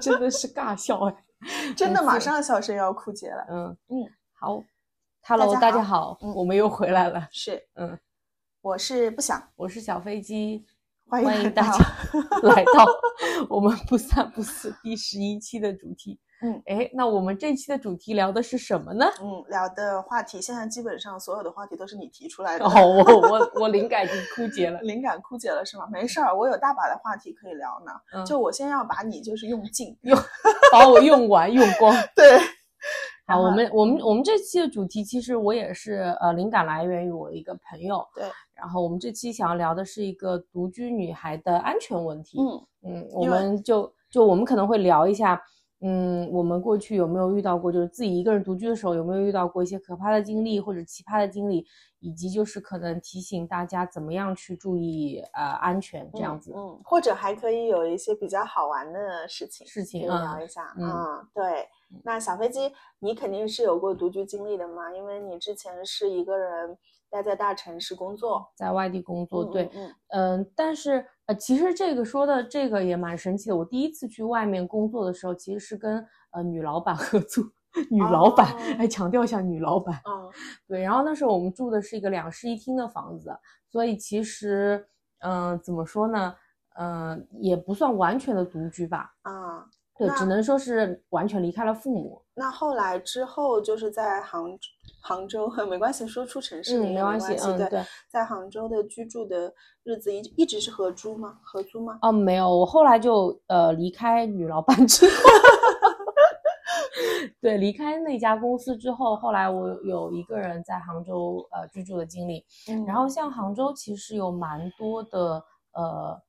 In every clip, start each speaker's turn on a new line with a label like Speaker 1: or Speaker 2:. Speaker 1: 真的是尬笑哎！
Speaker 2: 真的马上小神要枯竭了。
Speaker 1: 嗯
Speaker 2: 嗯，
Speaker 1: 好，Hello，
Speaker 2: 大
Speaker 1: 大
Speaker 2: 家
Speaker 1: 家好，
Speaker 2: 嗯
Speaker 1: 我们又回来了。
Speaker 2: 是，
Speaker 1: 嗯，
Speaker 2: 我是不想，
Speaker 1: 我是小飞机，
Speaker 2: 欢
Speaker 1: 欢
Speaker 2: 迎
Speaker 1: 迎大
Speaker 2: 到
Speaker 1: 家来到我们不三不四第十一期的主题。
Speaker 2: 嗯，
Speaker 1: 哎，那我们这期的主题聊的是什么呢？
Speaker 2: 嗯，聊的话题现在基本上所有的话题都是你提出来的，
Speaker 1: 哦，我我我灵感已经枯竭了。
Speaker 2: 灵感枯竭了是吗？没事儿，我有大把的话题可以聊呢。
Speaker 1: 嗯，
Speaker 2: 就我先要把你就是用尽，
Speaker 1: 把我用完用光。
Speaker 2: 对，然
Speaker 1: 好，
Speaker 2: 后
Speaker 1: 我们我们我们这期的主题其实我也是呃，灵感来源于我的一个朋友。
Speaker 2: 对，
Speaker 1: 然后我们这期想要聊的是一个独居女孩的安全问题。
Speaker 2: 嗯
Speaker 1: 嗯，我
Speaker 2: 因为
Speaker 1: 们就就我们可能会聊一下，嗯，我们过去有没有遇到过，就是自己一个人独居的时候有没有遇到过一些可怕的经历或者奇葩的经历，以及就是可能提醒大家怎么样去注意呃安全这样子。
Speaker 2: 嗯，或者还可以有一些比较好玩的事情，
Speaker 1: 事情
Speaker 2: 可以
Speaker 1: 啊
Speaker 2: 聊一下。
Speaker 1: 嗯
Speaker 2: 嗯，对。那小飞机，你肯定是有过独居经历的嘛？因为你之前是一个人待在大城市工作。
Speaker 1: 在外地工作，
Speaker 2: 嗯
Speaker 1: 哦对，，
Speaker 2: 嗯
Speaker 1: 嗯，但是呃，其实这个说的这个也蛮神奇的。我第一次去外面工作的时候，其实是跟呃女老板合租， 女老板，
Speaker 2: 哦
Speaker 1: 哎，强调一下女老板。
Speaker 2: 嗯
Speaker 1: 对，然后那时候我们住的是一个两室一厅的房子，所以其实，嗯、怎么说呢，嗯、也不算完全的独居吧，
Speaker 2: 嗯嗯。
Speaker 1: 对，
Speaker 2: 那
Speaker 1: 只能说是完全离开了父母。
Speaker 2: 那后来之后就是在杭杭州， 没关系，说出城市
Speaker 1: 嗯，
Speaker 2: 名也
Speaker 1: 没
Speaker 2: 关
Speaker 1: 关系，嗯，
Speaker 2: 对，
Speaker 1: 对。
Speaker 2: 在杭州的居住的日子一一直是合租吗？合租吗？
Speaker 1: 哦，没有，我后来就呃离开女老板之后， 对，离开那家公司之后，后来我有一个人在杭州呃居住的经历。
Speaker 2: 嗯
Speaker 1: 然后像杭州其实有蛮多的呃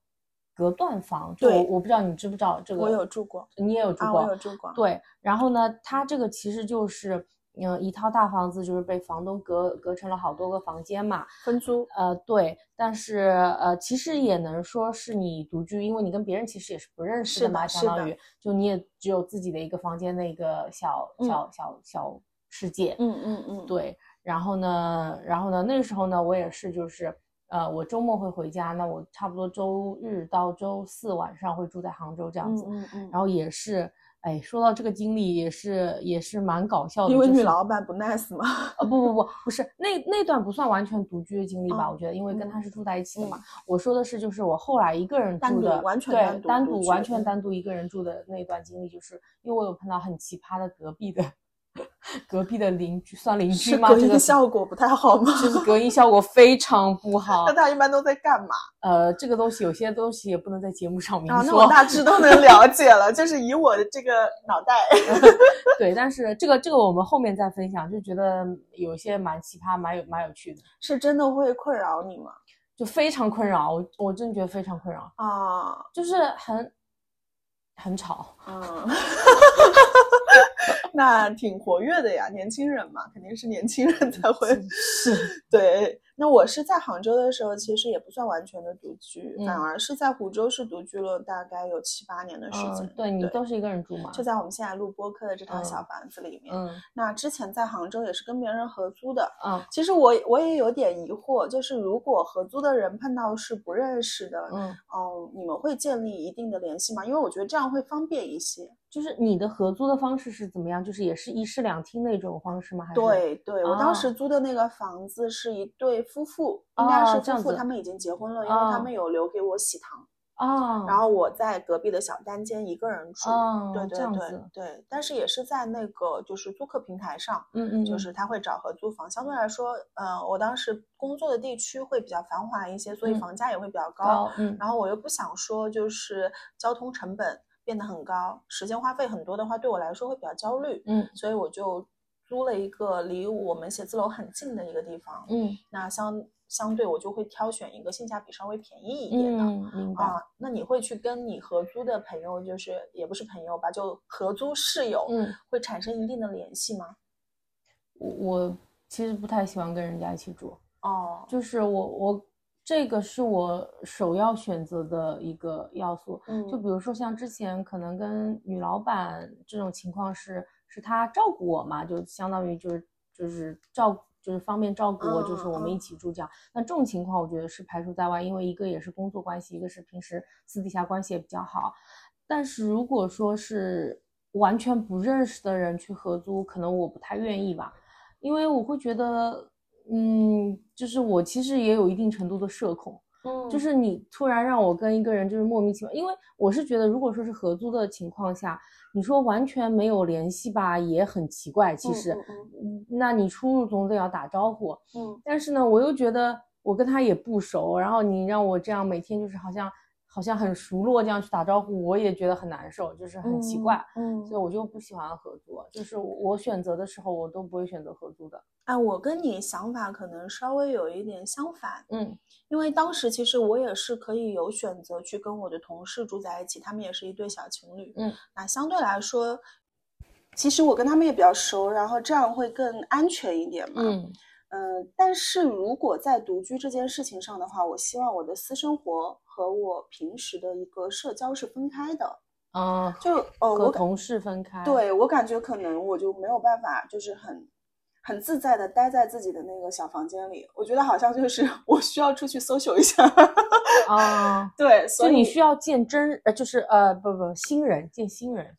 Speaker 1: 隔断房，就
Speaker 2: 对
Speaker 1: 我我不知道你知不知道这个，
Speaker 2: 我有住过
Speaker 1: 你也有住
Speaker 2: 啊，
Speaker 1: 过，
Speaker 2: 我有住过。
Speaker 1: 对，然后呢，它这个其实就是。嗯，一套大房子就是被房东隔隔成了好多个房间嘛，
Speaker 2: 分租，
Speaker 1: 呃，对，但是呃，其实也能说是你独居，因为你跟别人其实也是不认识
Speaker 2: 是
Speaker 1: 嘛，
Speaker 2: 的
Speaker 1: 相
Speaker 2: 是
Speaker 1: 当
Speaker 2: 的
Speaker 1: 于就你也只有自己的一个房间的一个小
Speaker 2: 嗯
Speaker 1: 小小小世界。
Speaker 2: 嗯嗯嗯，
Speaker 1: 对，然后呢，然后呢，那时候呢，我也是就是呃，我周末会回家，那我差不多周日到周四晚上会住在杭州这样子，
Speaker 2: 嗯嗯
Speaker 1: 然后也是。哎，说到这个经历，也是也是蛮搞笑的，
Speaker 2: 因为
Speaker 1: 就
Speaker 2: 女
Speaker 1: 是
Speaker 2: 老板不 nice 嘛，
Speaker 1: 呃，不不不，不是那那段不算完全独居的经历吧？
Speaker 2: 哦
Speaker 1: 我觉得，因为跟
Speaker 2: 嗯
Speaker 1: 他是住在一起的嘛。我说的是，就是我后来一个人
Speaker 2: 单
Speaker 1: 住
Speaker 2: 独
Speaker 1: 的，
Speaker 2: 完全
Speaker 1: 对
Speaker 2: 单独
Speaker 1: 单
Speaker 2: 独
Speaker 1: 独
Speaker 2: 居
Speaker 1: 完全
Speaker 2: 嗯
Speaker 1: 单独一个人住的那段经历，就是因为我有碰到很奇葩的隔壁的 隔壁的邻居，算邻居
Speaker 2: 是
Speaker 1: 吗？
Speaker 2: 隔
Speaker 1: 这
Speaker 2: 音
Speaker 1: 个
Speaker 2: 效果不太好吗？
Speaker 1: 就是隔音效果非常不 好
Speaker 2: 那。他一般都在干嘛
Speaker 1: 呃，这个东西有些东西也不能在节目上明
Speaker 2: 啊？那
Speaker 1: 说
Speaker 2: 我。大致都能了解了，就是以我的这个脑袋，
Speaker 1: 对，但是这个这个我们后面再分享，就觉得有些蛮奇葩，蛮有蛮有趣的，
Speaker 2: 是真的会困扰你吗？
Speaker 1: 就非常困扰。我我真的觉得非常困扰。
Speaker 2: 啊，
Speaker 1: 就是很很吵，
Speaker 2: 嗯，那挺活跃的呀，年轻人嘛，肯定是年轻人才 会。
Speaker 1: 嗯是
Speaker 2: 对，那我是在杭州的时候，其实也不算完全的独居，
Speaker 1: 嗯
Speaker 2: 反而是在湖州是独居了大概有七八年的时间。
Speaker 1: 嗯，对你都是一个人住嘛，
Speaker 2: 就在我们现在录播客的这套
Speaker 1: 嗯
Speaker 2: 小房子里面。
Speaker 1: 嗯
Speaker 2: 那之前在杭州也是跟别人合租的。
Speaker 1: 啊
Speaker 2: 其实我我也有点疑惑，就是如果合租的人碰到是不认识的，
Speaker 1: 嗯，
Speaker 2: 哦，你们会建立一定的联系吗？因为我觉得这样会方便一些。
Speaker 1: 就是你的合租的方式是怎么样？就是也是一室两厅那种方式吗？还是
Speaker 2: 对对，我当
Speaker 1: 啊
Speaker 2: 时租的那个房子是一对夫妇，应该
Speaker 1: 哦
Speaker 2: 是
Speaker 1: 这
Speaker 2: 夫
Speaker 1: 样
Speaker 2: 妇，
Speaker 1: 子
Speaker 2: 他们已经结婚了，因为他
Speaker 1: 哦
Speaker 2: 们有留给我喜糖，
Speaker 1: 啊，
Speaker 2: 然后我在隔壁的小单间一个人住。
Speaker 1: 哦
Speaker 2: 对
Speaker 1: 这
Speaker 2: 对
Speaker 1: 样
Speaker 2: 对
Speaker 1: 子
Speaker 2: 对，但是也是在那个就是租客平台上，
Speaker 1: 嗯嗯，
Speaker 2: 就
Speaker 1: 嗯
Speaker 2: 是他会找合租房。相对来说，呃，我当时工作的地区会比较繁华一些，所以
Speaker 1: 嗯
Speaker 2: 房价也会比较高。
Speaker 1: 高嗯
Speaker 2: 然后我又不想说就是交通成本变得很高，时间花费很多的话，对我来说会比较焦虑，
Speaker 1: 嗯
Speaker 2: 所以我就租了一个离我们写字楼很近的一个地方。
Speaker 1: 嗯
Speaker 2: 那相相对我就会挑选一个性价比稍微便宜一点的。
Speaker 1: 嗯，明白。
Speaker 2: 啊，那你会去跟你合租的朋友，就是也不是朋友吧，就合租室友，
Speaker 1: 嗯，
Speaker 2: 会产生一定的联系吗？
Speaker 1: 我我其实不太喜欢跟人家一起住，
Speaker 2: 哦，
Speaker 1: 就是我我这个是我首要选择的一个要素。
Speaker 2: 嗯
Speaker 1: 就比如说像之前可能跟女老板这种情况是，是她照顾我嘛，就相当于就是就是照顾就是方便照顾我，就是我们
Speaker 2: 嗯嗯
Speaker 1: 一起住这样。那这种情况我觉得是排除在外，因为一个也是工作关系，一个是平时私底下关系也比较好。但是如果说是完全不认识的人去合租，可能我不太愿意吧，因为我会觉得，嗯，就是我其实也有一定程度的社恐，
Speaker 2: 嗯，
Speaker 1: 就是你突然让我跟一个人就是莫名其妙，因为我是觉得，如果说是合租的情况下，你说完全没有联系吧，也很奇怪。其实，
Speaker 2: 嗯
Speaker 1: 嗯那你出入总得要打招呼。
Speaker 2: 嗯
Speaker 1: 但是呢，我又觉得我跟他也不熟，然后你让我这样每天就是好像好像很熟络这样去打招呼，我也觉得很难受，就是很奇怪，，
Speaker 2: 嗯
Speaker 1: 所以我就不喜欢合租。就是我我选择的时候，我都不会选择合租的。
Speaker 2: 哎，我跟你想法可能稍微有一点相反，
Speaker 1: 嗯
Speaker 2: 因为当时其实我也是可以有选择去跟我的同事住在一起，他们也是一对小情侣。
Speaker 1: 嗯，
Speaker 2: 那相对来说，其实我跟他们也比较熟，然后这样会更安全一点嘛。
Speaker 1: 嗯
Speaker 2: 呃，但是如果在独居这件事情上的话，我希望我的私生活和我平时的一个社交是分开的。
Speaker 1: 啊，
Speaker 2: 就呃，
Speaker 1: 和
Speaker 2: 我感
Speaker 1: 同事分开。，
Speaker 2: 对我感觉可能我就没有办法，就是很很自在的待在自己的那个小房间里。我觉得好像就是 我需要出去搜 o 一下。
Speaker 1: 啊，
Speaker 2: 对，所
Speaker 1: 就
Speaker 2: 以
Speaker 1: 你需要见真，呃，就是呃，不不，新人见新人。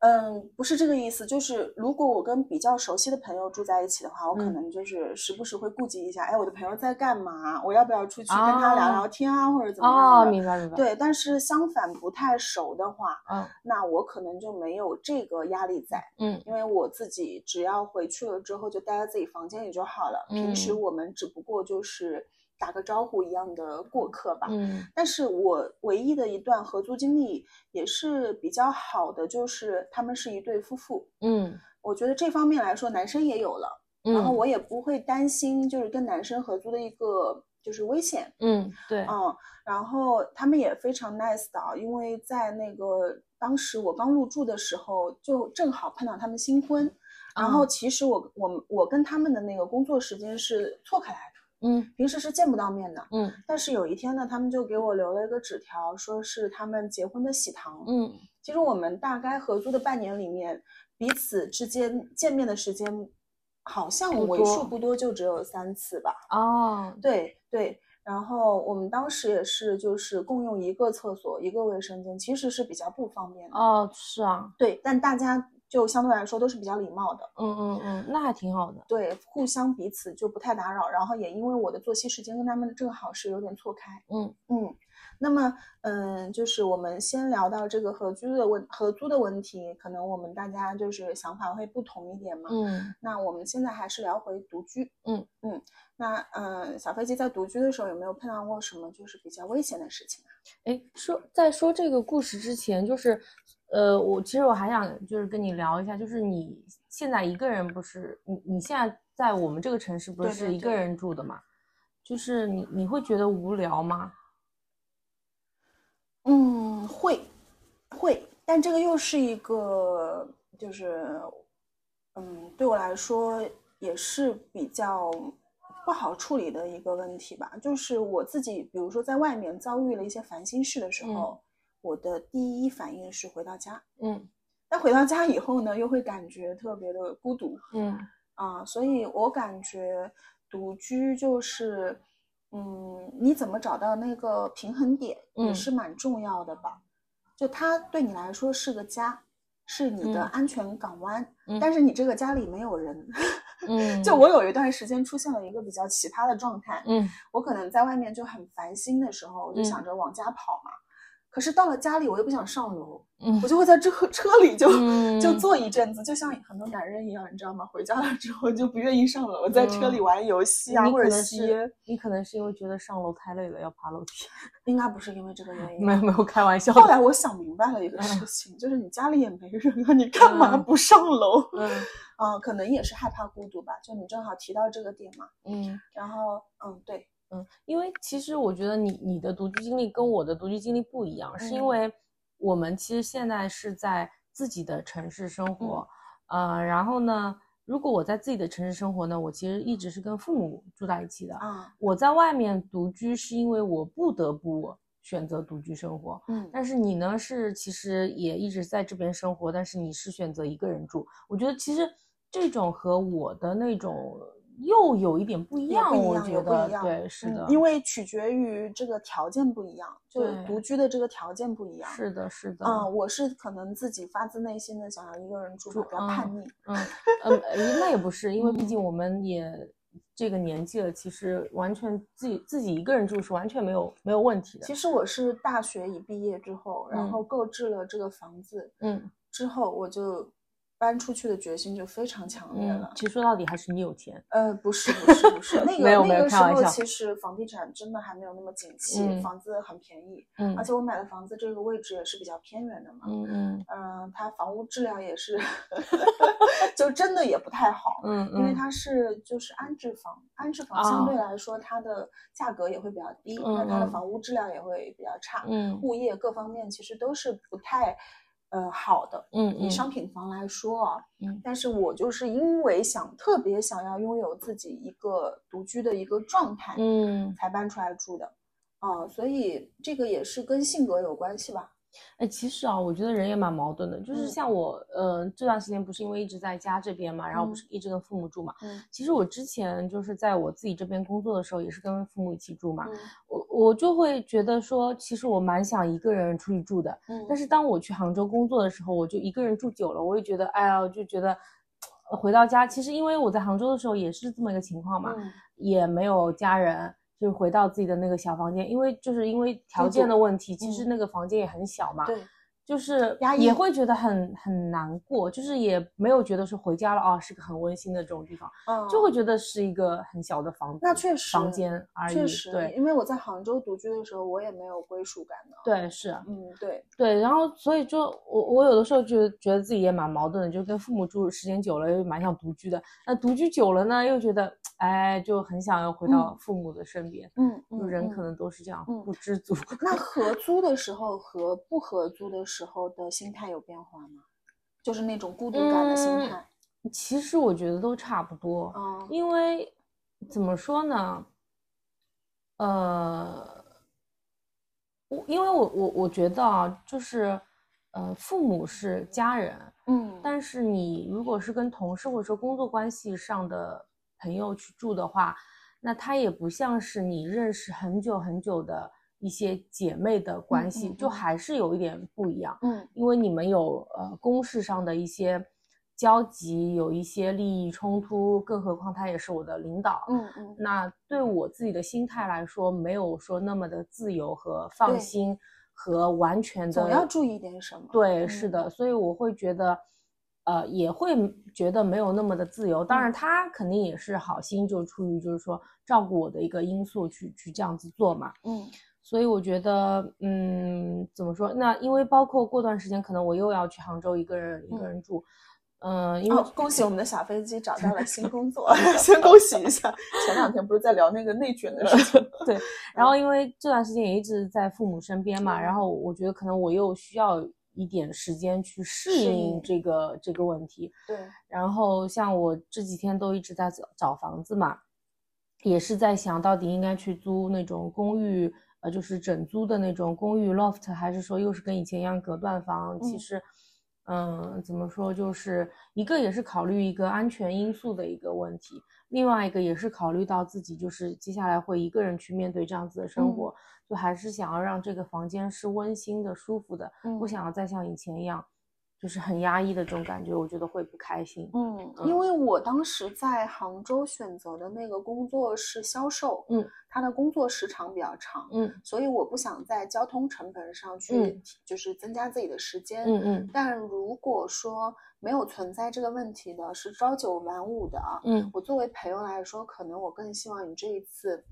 Speaker 2: 嗯，不是这个意思，就是如果我跟比较熟悉的朋友住在一起的话，我可
Speaker 1: 嗯
Speaker 2: 能就是时不时会顾及一下，哎，我的朋友在干嘛？我要不要出去跟他聊
Speaker 1: 啊
Speaker 2: 聊天啊，或者怎么
Speaker 1: 哦，
Speaker 2: 样的？
Speaker 1: 明白明白。，
Speaker 2: 对，但是相反不太熟的话，
Speaker 1: 嗯
Speaker 2: 那我可能就没有这个压力在，
Speaker 1: 嗯
Speaker 2: 因为我自己只要回去了之后就待在自己房间里就好了。平时
Speaker 1: 嗯
Speaker 2: 我们只不过就是打个招呼一样的过客吧。
Speaker 1: 嗯
Speaker 2: 但是我唯一的一段合租经历也是比较好的，就是他们是一对夫妇。
Speaker 1: 嗯
Speaker 2: 我觉得这方面来说，男生也有了，然后
Speaker 1: 嗯
Speaker 2: 我也不会担心，就是跟男生合租的一个就是危险。
Speaker 1: 嗯，对，
Speaker 2: 嗯，然后他们也非常 nice 的啊，因为在那个当时我刚入住的时候，就正好碰到他们新婚。然后
Speaker 1: 啊
Speaker 2: 其实我我我跟他们的那个工作时间是错开来的，
Speaker 1: 嗯
Speaker 2: 平时是见不到面的。
Speaker 1: 嗯
Speaker 2: 但是有一天呢，他们就给我留了一个纸条，说是他们结婚的喜糖。
Speaker 1: 嗯
Speaker 2: 其实我们大概合租的半年里面，彼此之间见面的时间，好像
Speaker 1: 不
Speaker 2: 为数
Speaker 1: 多
Speaker 2: 不多，就只有三次吧。
Speaker 1: 哦，
Speaker 2: 对对，然后我们当时也是就是共用一个厕所、一个卫生间，其实是比较不方便的。
Speaker 1: 哦，是啊，
Speaker 2: 对，但大家就相对来说都是比较礼貌的，
Speaker 1: 嗯嗯嗯，那还挺好的。
Speaker 2: 对，互相彼此就不太打扰。然后也因为我的作息时间跟他们正好是有点错开，
Speaker 1: 嗯
Speaker 2: 嗯，那么，嗯，就是我们先聊到这个合租的问合租的问题，可能我们大家就是想法会不同一点嘛。
Speaker 1: 嗯
Speaker 2: 那我们现在还是聊回独居。
Speaker 1: 嗯
Speaker 2: 嗯，那呃，小飞机在独居的时候有没有碰到过什么就是比较危险的事情啊？
Speaker 1: 哎，说在说这个故事之前，就是，呃，我其实我还想就是跟你聊一下，就是你现在一个人不是你你现在在我们这个城市不
Speaker 2: 对
Speaker 1: 是
Speaker 2: 对
Speaker 1: 是一个
Speaker 2: 对
Speaker 1: 人住的嘛？就是你你会觉得无聊吗？
Speaker 2: 嗯，会，会，但这个又是一个就是，嗯，对我来说也是比较不好处理的一个问题吧。就是我自己，比如说在外面遭遇了一些烦心事的时
Speaker 1: 嗯
Speaker 2: 候，我的第一反应是回到家。
Speaker 1: 嗯
Speaker 2: 但回到家以后呢，又会感觉特别的孤独
Speaker 1: 嗯
Speaker 2: 啊，所以我感觉独居就是，嗯，你怎么找到那个平衡点也
Speaker 1: 嗯
Speaker 2: 是蛮重要的吧。就它对你来说是个家，是你的
Speaker 1: 嗯
Speaker 2: 安全港湾，
Speaker 1: 嗯
Speaker 2: 但是你这个家里没有人。
Speaker 1: 嗯，
Speaker 2: 就我有一段时间出现了一个比较奇葩的状态，
Speaker 1: 嗯
Speaker 2: 我可能在外面就很烦心的时候，我就
Speaker 1: 嗯
Speaker 2: 想着往家跑嘛。可是到了家里，我又不想上楼，
Speaker 1: 嗯
Speaker 2: 我就会在车 车里就、
Speaker 1: 嗯
Speaker 2: 就坐一阵子，就像很多男人一样，你知道吗？回家了之后就不愿意上楼，在车里玩游戏啊，
Speaker 1: 嗯你
Speaker 2: 或
Speaker 1: 可
Speaker 2: 者
Speaker 1: 能
Speaker 2: 吸烟
Speaker 1: 是。你可能是因为觉得上楼太累了，要爬楼梯。
Speaker 2: 应该不是因为这个原因。
Speaker 1: 没有没有开玩笑
Speaker 2: 后
Speaker 1: 的。
Speaker 2: 来我想明白了一个事情，就是你家里也没人啊，你干嘛
Speaker 1: 嗯
Speaker 2: 不上楼？
Speaker 1: 嗯
Speaker 2: 啊、可能也是害怕孤独吧。就你正好提到这个点嘛，
Speaker 1: 嗯。
Speaker 2: 然后嗯，对，
Speaker 1: 嗯，因为其实我觉得你你的独居经历跟我的独居经历不一样，是因
Speaker 2: 嗯
Speaker 1: 为我们其实现在是在自己的城市
Speaker 2: 嗯
Speaker 1: 生活，呃，然后呢，如果我在自己的城市生活呢，我其实一直是跟父母住在一起的。
Speaker 2: 啊，
Speaker 1: 我在外面独居是因为我不得不选择独居生活，
Speaker 2: 嗯
Speaker 1: 但是你呢是其实也一直在这边生活，但是你是选择一个人住。我觉得其实这种和我的那种又有一点不一样，
Speaker 2: 也不一
Speaker 1: 我
Speaker 2: 样
Speaker 1: 觉
Speaker 2: 也不
Speaker 1: 得
Speaker 2: 一样
Speaker 1: 对，是的，
Speaker 2: 嗯因为取决于这个条件不一样，就
Speaker 1: 对
Speaker 2: 独居的这个条件不一样。
Speaker 1: 是的，是的，
Speaker 2: 嗯，我是可能自己发自内心的想要一个人住
Speaker 1: 住
Speaker 2: 嘛，比较叛
Speaker 1: 嗯
Speaker 2: 逆。
Speaker 1: 嗯，嗯，呃那也不是，因为毕
Speaker 2: 嗯
Speaker 1: 竟我们也这个年纪了，其实完全自己自己一个人住是完全没有没有问题的
Speaker 2: 其。实我是大学一毕业之后，然
Speaker 1: 嗯
Speaker 2: 后购置了这个房子
Speaker 1: 嗯
Speaker 2: 之后，我就搬出去的决心就非常强烈
Speaker 1: 嗯
Speaker 2: 了，。
Speaker 1: 其实说到底还是你有钱。
Speaker 2: 呃，不是不是 不是，那
Speaker 1: 没有
Speaker 2: 个
Speaker 1: 没
Speaker 2: 那
Speaker 1: 有
Speaker 2: 个时
Speaker 1: 开玩
Speaker 2: 候
Speaker 1: 笑
Speaker 2: 其实房地产真的还没有那么景气，
Speaker 1: 嗯
Speaker 2: 房子很便宜，
Speaker 1: 嗯
Speaker 2: 而且我买的房子这个位置也是比较偏远的嘛，
Speaker 1: 嗯嗯
Speaker 2: 嗯，它房屋质量也是， 就真的也不太好，
Speaker 1: 嗯
Speaker 2: 因为
Speaker 1: 嗯
Speaker 2: 它是就是安置房，安置房相对
Speaker 1: 哦
Speaker 2: 来说它的价格也会比较低，
Speaker 1: 嗯
Speaker 2: 那它的
Speaker 1: 嗯
Speaker 2: 房屋质量也会比较差，
Speaker 1: 嗯
Speaker 2: 物业各方面其实都是不太呃好的。
Speaker 1: 嗯
Speaker 2: 以
Speaker 1: 嗯
Speaker 2: 商品房来说啊，
Speaker 1: 嗯
Speaker 2: 但是我就是因为想特别想要拥有自己一个独居的一个状态，
Speaker 1: 嗯，
Speaker 2: 才搬出来住的，啊、所以这个也是跟性格有关系吧，
Speaker 1: 哎，其实啊，我觉得人也蛮矛盾的，就是
Speaker 2: 嗯
Speaker 1: 像我，呃，这段时间不是因为一直在家这边嘛，然后不
Speaker 2: 嗯
Speaker 1: 是一直跟父母住嘛。
Speaker 2: 嗯
Speaker 1: 其实我之前就是在我自己这边工作的时候，也是跟父母一起住嘛。
Speaker 2: 嗯
Speaker 1: 我我就会觉得说，其实我蛮想一个人出去住的。
Speaker 2: 嗯，
Speaker 1: 但是当我去杭州工作的时候，我就一个人住久了，我也觉得，哎呀，我就觉得呃回到家，其实因为我在杭州的时候也是这么一个情况嘛，
Speaker 2: 嗯
Speaker 1: 也没有家人，就是回到自己的那个小房间，因为就是因为条
Speaker 2: 孤独
Speaker 1: 件的问题，其实
Speaker 2: 嗯
Speaker 1: 那个房间也很小嘛，
Speaker 2: 对，
Speaker 1: 就是
Speaker 2: 压抑
Speaker 1: 也会觉得很很难过，就是也没有觉得说回家了啊是个很温馨的这种地方，
Speaker 2: 嗯，
Speaker 1: 就会觉得是一个很小的房子，
Speaker 2: 那确实
Speaker 1: 房间而已，
Speaker 2: 确实，
Speaker 1: 对
Speaker 2: 因为我在杭州独居的时候，我也没有归属感的，
Speaker 1: 对是。啊
Speaker 2: 嗯，对，
Speaker 1: 对，然后所以就我我有的时候就觉得自己也蛮矛盾的，就跟父母住时间久了又蛮想独居的，那独居久了呢又觉得哎就很想要回到父母的身边，
Speaker 2: 嗯，
Speaker 1: 就
Speaker 2: 嗯
Speaker 1: 人
Speaker 2: 嗯
Speaker 1: 可能都是这样、
Speaker 2: 嗯
Speaker 1: 不知足。
Speaker 2: 那合租的时候和不合租的时候的心态有变化吗？就是那种孤独感的心
Speaker 1: 嗯
Speaker 2: 态。
Speaker 1: 其实我觉得都差不多，
Speaker 2: 嗯
Speaker 1: 因为怎么说呢，呃，我因为我我我觉得啊，就是呃父母是家人，
Speaker 2: 嗯
Speaker 1: 但是你如果是跟同事或者说工作关系上的朋友去住的话，那他也不像是你认识很久很久的一些姐妹的关系，
Speaker 2: 嗯
Speaker 1: 就
Speaker 2: 嗯
Speaker 1: 还是有一点不一样，
Speaker 2: 嗯
Speaker 1: 因为你们有呃公事上的一些交集，有一些利益冲突，更何况他也是我的领导。
Speaker 2: 嗯嗯
Speaker 1: 那对我自己的心态来说，没有说那么的自由和放
Speaker 2: 对
Speaker 1: 心和完全的，
Speaker 2: 总要注意点什么。
Speaker 1: 对，是
Speaker 2: 嗯
Speaker 1: 的，所以我会觉得，呃，也会觉得没有那么的自由。当然，
Speaker 2: 嗯
Speaker 1: 他肯定也是好心，就出于就是说照顾我的一个因素去去这样子做嘛。
Speaker 2: 嗯
Speaker 1: 所以我觉得，嗯，怎么说？那因为包括过段时间，可能我又要去杭州一个人一个
Speaker 2: 嗯
Speaker 1: 人住，嗯、因为
Speaker 2: 哦，恭喜我们的小飞机找到了新工 作，先恭喜一下。前两天不是在聊那个内卷的事情？
Speaker 1: 对，然
Speaker 2: 嗯
Speaker 1: 后因为这段时间也一直在父母身边嘛，然后我觉得可能我又需要一点时间去适
Speaker 2: 适
Speaker 1: 应
Speaker 2: 应
Speaker 1: 这个这个问题。
Speaker 2: 对，
Speaker 1: 然后像我这几天都一直在找找房子嘛，也是在想到底应该去租那种公寓，呃，就是整租的那种公寓 loft，还是说又是跟以前一样隔断房？其
Speaker 2: 嗯
Speaker 1: 实，嗯、怎么说，就是一个也是考虑一个安全因素的一个问题，另外一个也是考虑到自己就是接下来会一个人去面对这样子的生
Speaker 2: 嗯
Speaker 1: 活，就还是想要让这个房间是温馨的、舒服的，不
Speaker 2: 嗯
Speaker 1: 想要再像以前一样，就是很压抑的这种感觉，我觉得会不开心。
Speaker 2: 嗯，因为我当时在杭州选择的那个工作是销售，
Speaker 1: 嗯，
Speaker 2: 他的工作时长比较长，
Speaker 1: 嗯
Speaker 2: 所以我不想在交通成本上去，
Speaker 1: 嗯
Speaker 2: 就是增加自己的时间。
Speaker 1: 嗯嗯
Speaker 2: 但如果说没有存在这个问题的，是朝九晚五的啊，
Speaker 1: 嗯
Speaker 2: 我作为朋友来说，可能我更希望你这一次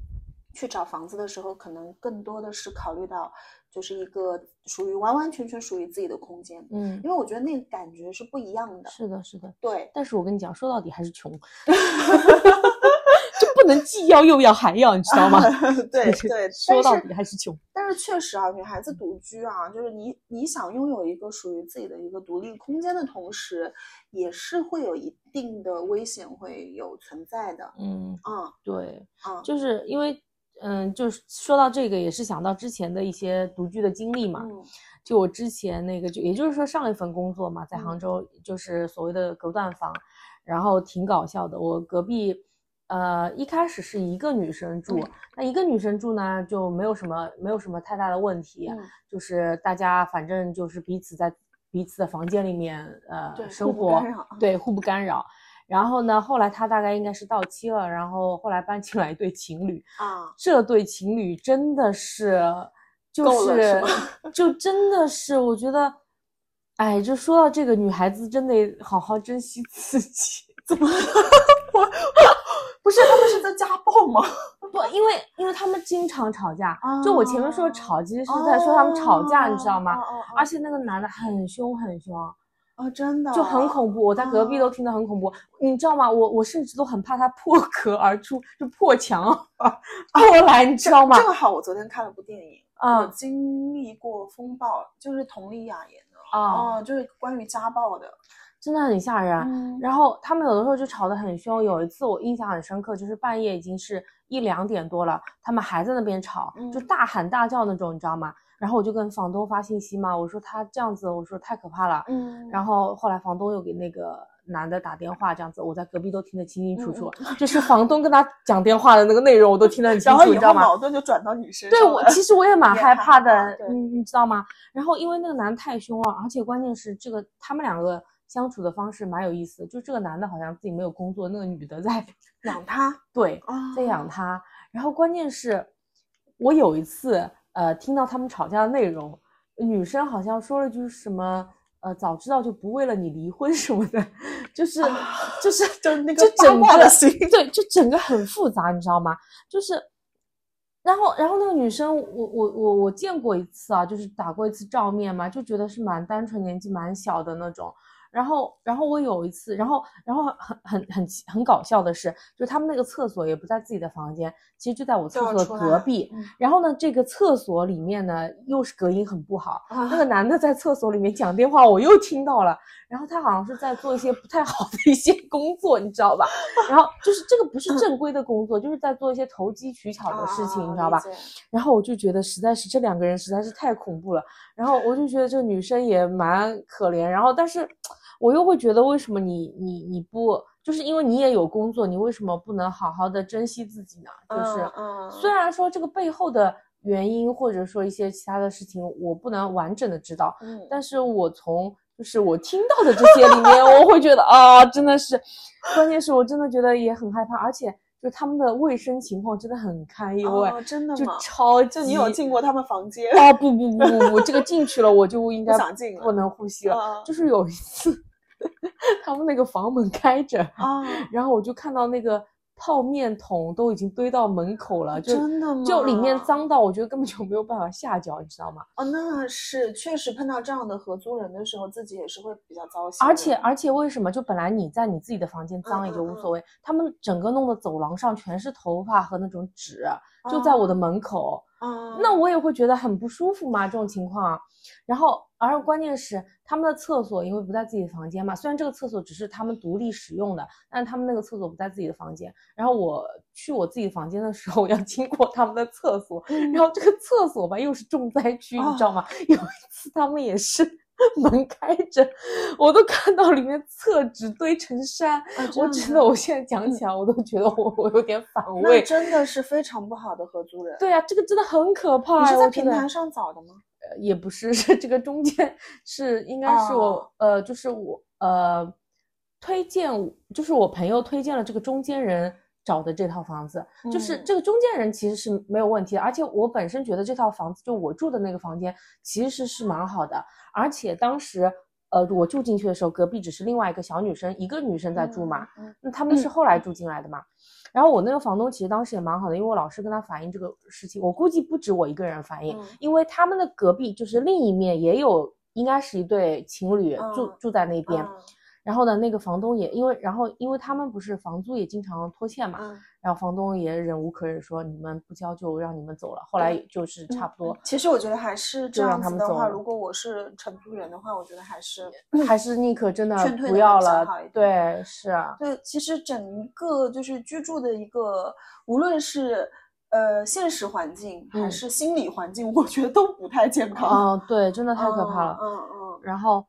Speaker 2: 去找房子的时候，可能更多的是考虑到，就是一个属于完完全全属于自己的空间，
Speaker 1: 嗯，
Speaker 2: 因为我觉得那个感觉是不一样的。
Speaker 1: 是的，是的。
Speaker 2: 对，
Speaker 1: 但是我跟你讲，说到底还是 穷，就不能既要又要还要，你知 道吗？
Speaker 2: 对
Speaker 1: 就是
Speaker 2: 对，
Speaker 1: 说到
Speaker 2: 但是
Speaker 1: 底还是穷。
Speaker 2: 但是确实啊，女孩子独居啊，就是你你想拥有一个属于自己的一个独立空间的同时，也是会有一定的危险会有存在的。
Speaker 1: 嗯，
Speaker 2: 嗯
Speaker 1: 对，
Speaker 2: 嗯
Speaker 1: 就是因为，嗯，就是说到这个，也是想到之前的一些独居的经历嘛。
Speaker 2: 嗯
Speaker 1: 就我之前那个，就也就是说上一份工作嘛，在杭
Speaker 2: 嗯
Speaker 1: 州就是所谓的隔断房，然后挺搞笑的。我隔壁呃，一开始是一个女生住，
Speaker 2: 嗯
Speaker 1: 那一个女生住呢就没有什么没有什么太大的问题，
Speaker 2: 嗯
Speaker 1: 就是大家反正就是彼此在彼此的房间里面
Speaker 2: 对
Speaker 1: 呃
Speaker 2: 互
Speaker 1: 生
Speaker 2: 不
Speaker 1: 活
Speaker 2: 干扰，
Speaker 1: 对互不干扰。然后呢，后来她大概应该是到期了，然后后来搬进来一对情侣，
Speaker 2: 啊，
Speaker 1: 这对情侣真的是，就
Speaker 2: 够了
Speaker 1: 是
Speaker 2: 是
Speaker 1: 就真的是，我觉得，哎，就说到这个，女孩子真得好好珍惜自己。怎么
Speaker 2: 不是他们是在家暴吗？
Speaker 1: 不？因为因为他们经常吵架，
Speaker 2: 啊
Speaker 1: 就我前面说的吵，其实是在说他们吵架，你知道吗？
Speaker 2: 哦
Speaker 1: 而且那个男的很凶很凶，
Speaker 2: 哦，真的
Speaker 1: 就很恐怖，我在隔壁都听得很恐怖，你知道吗？我我甚至都很怕他破壳而出，就破墙 而过来，你知道吗
Speaker 2: 这？个好，我昨天看了部电影，我
Speaker 1: 嗯
Speaker 2: 经历过风暴，就是佟丽娅演的，
Speaker 1: 啊，
Speaker 2: 哦，就是关于家暴的，
Speaker 1: 真的很吓人。
Speaker 2: 嗯
Speaker 1: 啊然后他们有的时候就吵得很凶。有一次我印象很深刻，就是半夜已经是一两点多了，他们还在那边吵，就
Speaker 2: 嗯
Speaker 1: 大喊大叫那种，你知道吗？然后我就跟房东发信息嘛，我说他这样子，我说太可怕了。
Speaker 2: 嗯
Speaker 1: 然后后来房东又给那个男的打电话，这样子我在隔壁都听得清清楚楚，
Speaker 2: 嗯
Speaker 1: 就是房东跟他讲电话的那个内容我都听得很清
Speaker 2: 然
Speaker 1: 楚，
Speaker 2: 后
Speaker 1: 你
Speaker 2: 以
Speaker 1: 知道
Speaker 2: 后
Speaker 1: 吗？
Speaker 2: 矛盾就转到你身上
Speaker 1: 对
Speaker 2: 了，
Speaker 1: 我其实我也蛮
Speaker 2: 也
Speaker 1: 害
Speaker 2: 害
Speaker 1: 怕
Speaker 2: 怕
Speaker 1: 的，嗯
Speaker 2: 对
Speaker 1: 你你知道吗？然后因为那个男的太凶了，而且关键是这个他们两个相处的方式蛮有意思的，就这个男的好像自己没有工作，那个女的在
Speaker 2: 养他
Speaker 1: 对
Speaker 2: 啊，
Speaker 1: 在养他。然后关键是，我有一次呃听到他们吵架的内容，女生好像说了句什么。呃，早知道就不为了你离婚什么的， 就是、就是
Speaker 2: 就是那个
Speaker 1: 就
Speaker 2: 八
Speaker 1: 整
Speaker 2: 卦
Speaker 1: 个
Speaker 2: 的心
Speaker 1: 对，就整个很复杂，你知道吗？就是，然后然后那个女生，我我我我见过一次啊，就是打过一次照面嘛，就觉得是蛮单纯，年纪蛮小的那种。然后然后我有一次，然后然后很很很奇很搞笑的是，就是他们那个厕所也不在自己的房间，其实就在我厕
Speaker 2: 都要
Speaker 1: 所的
Speaker 2: 出
Speaker 1: 隔
Speaker 2: 来
Speaker 1: 壁。
Speaker 2: 嗯
Speaker 1: 然后呢，这个厕所里面呢又是隔音很不好，
Speaker 2: 啊
Speaker 1: 那个男的在厕所里面讲电话，我又听到了。然后他好像是在做一些不太好的一些工作，你知道吧？然后就是这个不是正规的工作，就是在做一些投机取巧的事情，你知道
Speaker 2: 哦
Speaker 1: 吧？？然后我就觉得实在是这两个人实在是太恐怖了。然后我就觉得这个女生也蛮可怜。然后但是我又会觉得为什么你你你不就是因为你也有工作，你为什么不能好好的珍惜自己呢？
Speaker 2: 啊
Speaker 1: 就是。
Speaker 2: 嗯，
Speaker 1: 虽然说这个背后的原因或者说一些其他的事情，我不能完整的知道，
Speaker 2: 嗯
Speaker 1: 但是我从就是我听到的这些里面，我会觉得啊，真的是，关键是我真的觉得也很害怕，而且就他们的卫生情况真的很堪忧哎，
Speaker 2: 哦真的
Speaker 1: 就
Speaker 2: 吗？
Speaker 1: 超级
Speaker 2: 就你有进过他们房间？
Speaker 1: 啊不不不不不，这个进去了我就应
Speaker 2: 不
Speaker 1: 该
Speaker 2: 想进了
Speaker 1: 不能呼吸了，
Speaker 2: 啊
Speaker 1: 就是有一次他们那个房门开着，
Speaker 2: 啊，
Speaker 1: 然后我就看到那个泡面桶都已经堆到门口了，呃就
Speaker 2: 真的吗
Speaker 1: 就里面脏到我觉得根本就没有办法下脚，你知道吗？
Speaker 2: 哦，那是确实碰到这样的合租人的时候，自己也是会比较糟心的。
Speaker 1: 而且而且为什么？就本来你在你自己的房间脏也就
Speaker 2: 嗯
Speaker 1: 无
Speaker 2: 嗯
Speaker 1: 所谓，他们整个弄的走廊上全是头发和那种纸，就在我的门口，
Speaker 2: 啊，
Speaker 1: 那我也会觉得很不舒服嘛，这种情况。然后，而关键是他们的厕所因为不在自己的房间嘛，虽然这个厕所只是他们独立使用的，但是他们那个厕所不在自己的房间。然后我去我自己房间的时候，要经过他们的厕所，
Speaker 2: 嗯
Speaker 1: 然后这个厕所吧又是重灾区，你知道吗？
Speaker 2: 哦
Speaker 1: 有一次他们也是 门开着，我都看到里面厕纸堆成山，
Speaker 2: 啊这
Speaker 1: 我真
Speaker 2: 样子
Speaker 1: 的我现在讲起来我都觉得我我有点反
Speaker 2: 那
Speaker 1: 胃。
Speaker 2: 真的是非常不好的合租人。
Speaker 1: 对啊，这个真的很可怕。
Speaker 2: 你是
Speaker 1: 哎
Speaker 2: 在
Speaker 1: 我觉
Speaker 2: 平
Speaker 1: 得
Speaker 2: 台上找的吗？
Speaker 1: 呃也不是， 是这个中间是应该是我、
Speaker 2: 哦
Speaker 1: 呃，就是我呃推荐，就是我朋友推荐了这个中间人找的这套房子，就是
Speaker 2: 嗯
Speaker 1: 这个中间人其实是没有问题的，而且我本身觉得这套房子就我住的那个房间其实是蛮好的，而且当时呃我住进去的时候，隔壁只是另外一个小女生，一个女生在住嘛，
Speaker 2: 嗯？
Speaker 1: 那他们是后来住进来的嘛。然后我那个房东其实当时也蛮好的，因为我老是跟他反映这个事情，我估计不止我一个人反映，
Speaker 2: 嗯
Speaker 1: 因为他们的隔壁就是另一面也有，应该是一对情侣
Speaker 2: 嗯
Speaker 1: 住、住在那边。
Speaker 2: 嗯
Speaker 1: 然后呢，那个房东也因为，然后因为他们不是房租也经常拖欠嘛，
Speaker 2: 嗯，
Speaker 1: 然后房东也忍无可忍说你们不交就让你们走了。后来
Speaker 2: 嗯
Speaker 1: 就是差不多，
Speaker 2: 其实我觉得还是
Speaker 1: 就
Speaker 2: 这
Speaker 1: 让
Speaker 2: 样
Speaker 1: 他
Speaker 2: 子
Speaker 1: 们
Speaker 2: 的
Speaker 1: 走
Speaker 2: 话，
Speaker 1: 了
Speaker 2: 如果我是承租人的话，我觉得还是
Speaker 1: 还是宁可真的
Speaker 2: 嗯劝退
Speaker 1: 不
Speaker 2: 的
Speaker 1: 要
Speaker 2: 会比较
Speaker 1: 了
Speaker 2: 好一。点
Speaker 1: 对，是 啊，
Speaker 2: 对，其实整个就是居住的一个，无论是呃现实环境还
Speaker 1: 嗯
Speaker 2: 是心理环境，我觉得都不太健康，
Speaker 1: 嗯，对，真的太可怕了。
Speaker 2: 嗯嗯
Speaker 1: 然后，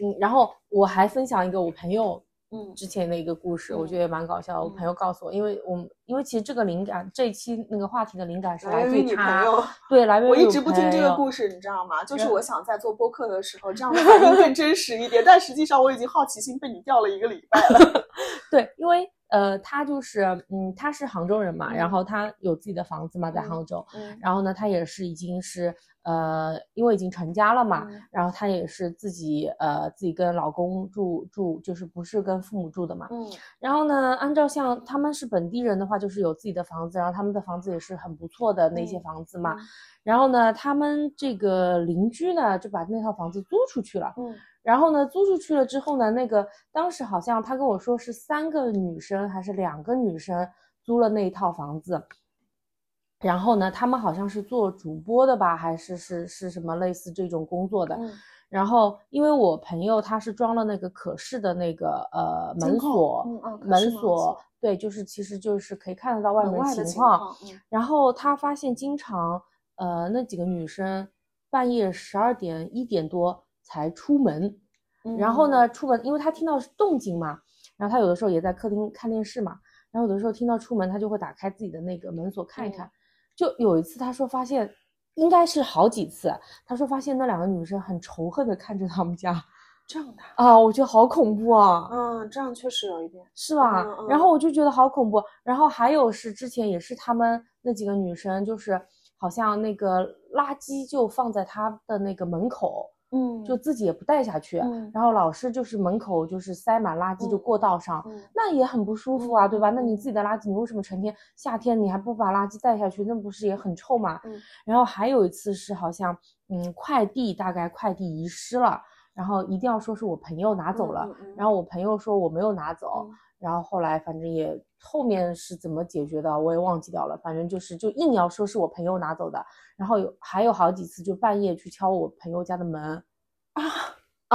Speaker 1: 嗯，然后我还分享一个我朋友，
Speaker 2: 嗯
Speaker 1: 之前的一个故事，我觉得也蛮搞笑的。我
Speaker 2: 嗯
Speaker 1: 朋友告诉我，因为我们因为其实这个灵感，这一期那个话题的灵感是
Speaker 2: 来
Speaker 1: 来
Speaker 2: 源
Speaker 1: 自
Speaker 2: 于
Speaker 1: 于
Speaker 2: 女
Speaker 1: 他
Speaker 2: 朋，友，
Speaker 1: 对，来源于
Speaker 2: 我一
Speaker 1: 我
Speaker 2: 直不听这个
Speaker 1: 朋友
Speaker 2: 故事，你知 道吗？就是
Speaker 1: 人
Speaker 2: 我想在做播客的时候，这样的反应更真实一点。但实际上，我已经好奇心被你吊了一个礼拜了。
Speaker 1: 对，因为呃，他就是嗯，他是杭州人嘛，然
Speaker 2: 嗯
Speaker 1: 后他有自己的房子嘛，在杭州，
Speaker 2: 嗯
Speaker 1: 然后呢，他也是已经是呃，因为已经成家了嘛，
Speaker 2: 嗯
Speaker 1: 然后她也是自己呃自己跟老公住住，就是不是跟父母住的嘛。
Speaker 2: 嗯
Speaker 1: 然后呢，按照像他们是本地人的话，就是有自己的房子，然后他们的房子也是很不错的那些
Speaker 2: 嗯
Speaker 1: 房子嘛。然后呢，他们这个邻居呢就把那套房子租出去了。
Speaker 2: 嗯
Speaker 1: 然后呢，租出去了之后呢，那个当时好像他跟我说是三个女生还是两个女生租了那一套房子，然后呢，他们好像是做主播的吧，还是是是什么类似这种工作的。
Speaker 2: 嗯
Speaker 1: 然后因为我朋友他是装了那个可视的那个呃门
Speaker 2: 监控
Speaker 1: 锁，
Speaker 2: 嗯嗯可视
Speaker 1: 门
Speaker 2: 门
Speaker 1: 锁
Speaker 2: 锁
Speaker 1: 对，就是其实就是可以看得到外
Speaker 2: 门
Speaker 1: 面
Speaker 2: 外
Speaker 1: 情
Speaker 2: 的情
Speaker 1: 况。
Speaker 2: 况，嗯
Speaker 1: 然后他发现经常呃那几个女生半夜十二点一点多才出门。
Speaker 2: 嗯
Speaker 1: 然后呢，，出门，因为他听到动静嘛，然后他有的时候也在客厅看电视嘛，然后有的时候听到出门，他就会打开自己的那个门锁
Speaker 2: 嗯
Speaker 1: 看一看。就有一次，他说发现，应该是好几次，他说发现那两个女生很仇恨的看着他们家
Speaker 2: 这样的，
Speaker 1: 啊，我觉得好恐怖啊，
Speaker 2: 嗯，这样确实有一点，
Speaker 1: 是吧？
Speaker 2: 嗯
Speaker 1: 然
Speaker 2: 嗯
Speaker 1: 后我就觉得好恐怖。然后还有是之前也是他们那几个女生，就是好像那个垃圾就放在他的那个门口，
Speaker 2: 嗯
Speaker 1: 就自己也不带下去。
Speaker 2: 嗯
Speaker 1: 然后老师就是门口就是塞满垃圾，就
Speaker 2: 嗯
Speaker 1: 过道上，
Speaker 2: 嗯
Speaker 1: 那也很不舒服啊，对吧？那你
Speaker 2: 嗯
Speaker 1: 自己的垃圾，你为什么成天夏天你还不把垃圾带下去，那不是也很臭嘛？
Speaker 2: 嗯
Speaker 1: 然后还有一次是好像，嗯，快递大概快递遗失了，然后一定要说是我朋友拿
Speaker 2: 嗯
Speaker 1: 走了，，然
Speaker 2: 后
Speaker 1: 后我朋友说我没有拿
Speaker 2: 嗯
Speaker 1: 走，然后后来反正也后面是怎么解决的我也忘记掉了，反正就是就硬要说是我朋友拿走的，然后有还有好几次就半夜去敲我朋友家的门，
Speaker 2: 啊，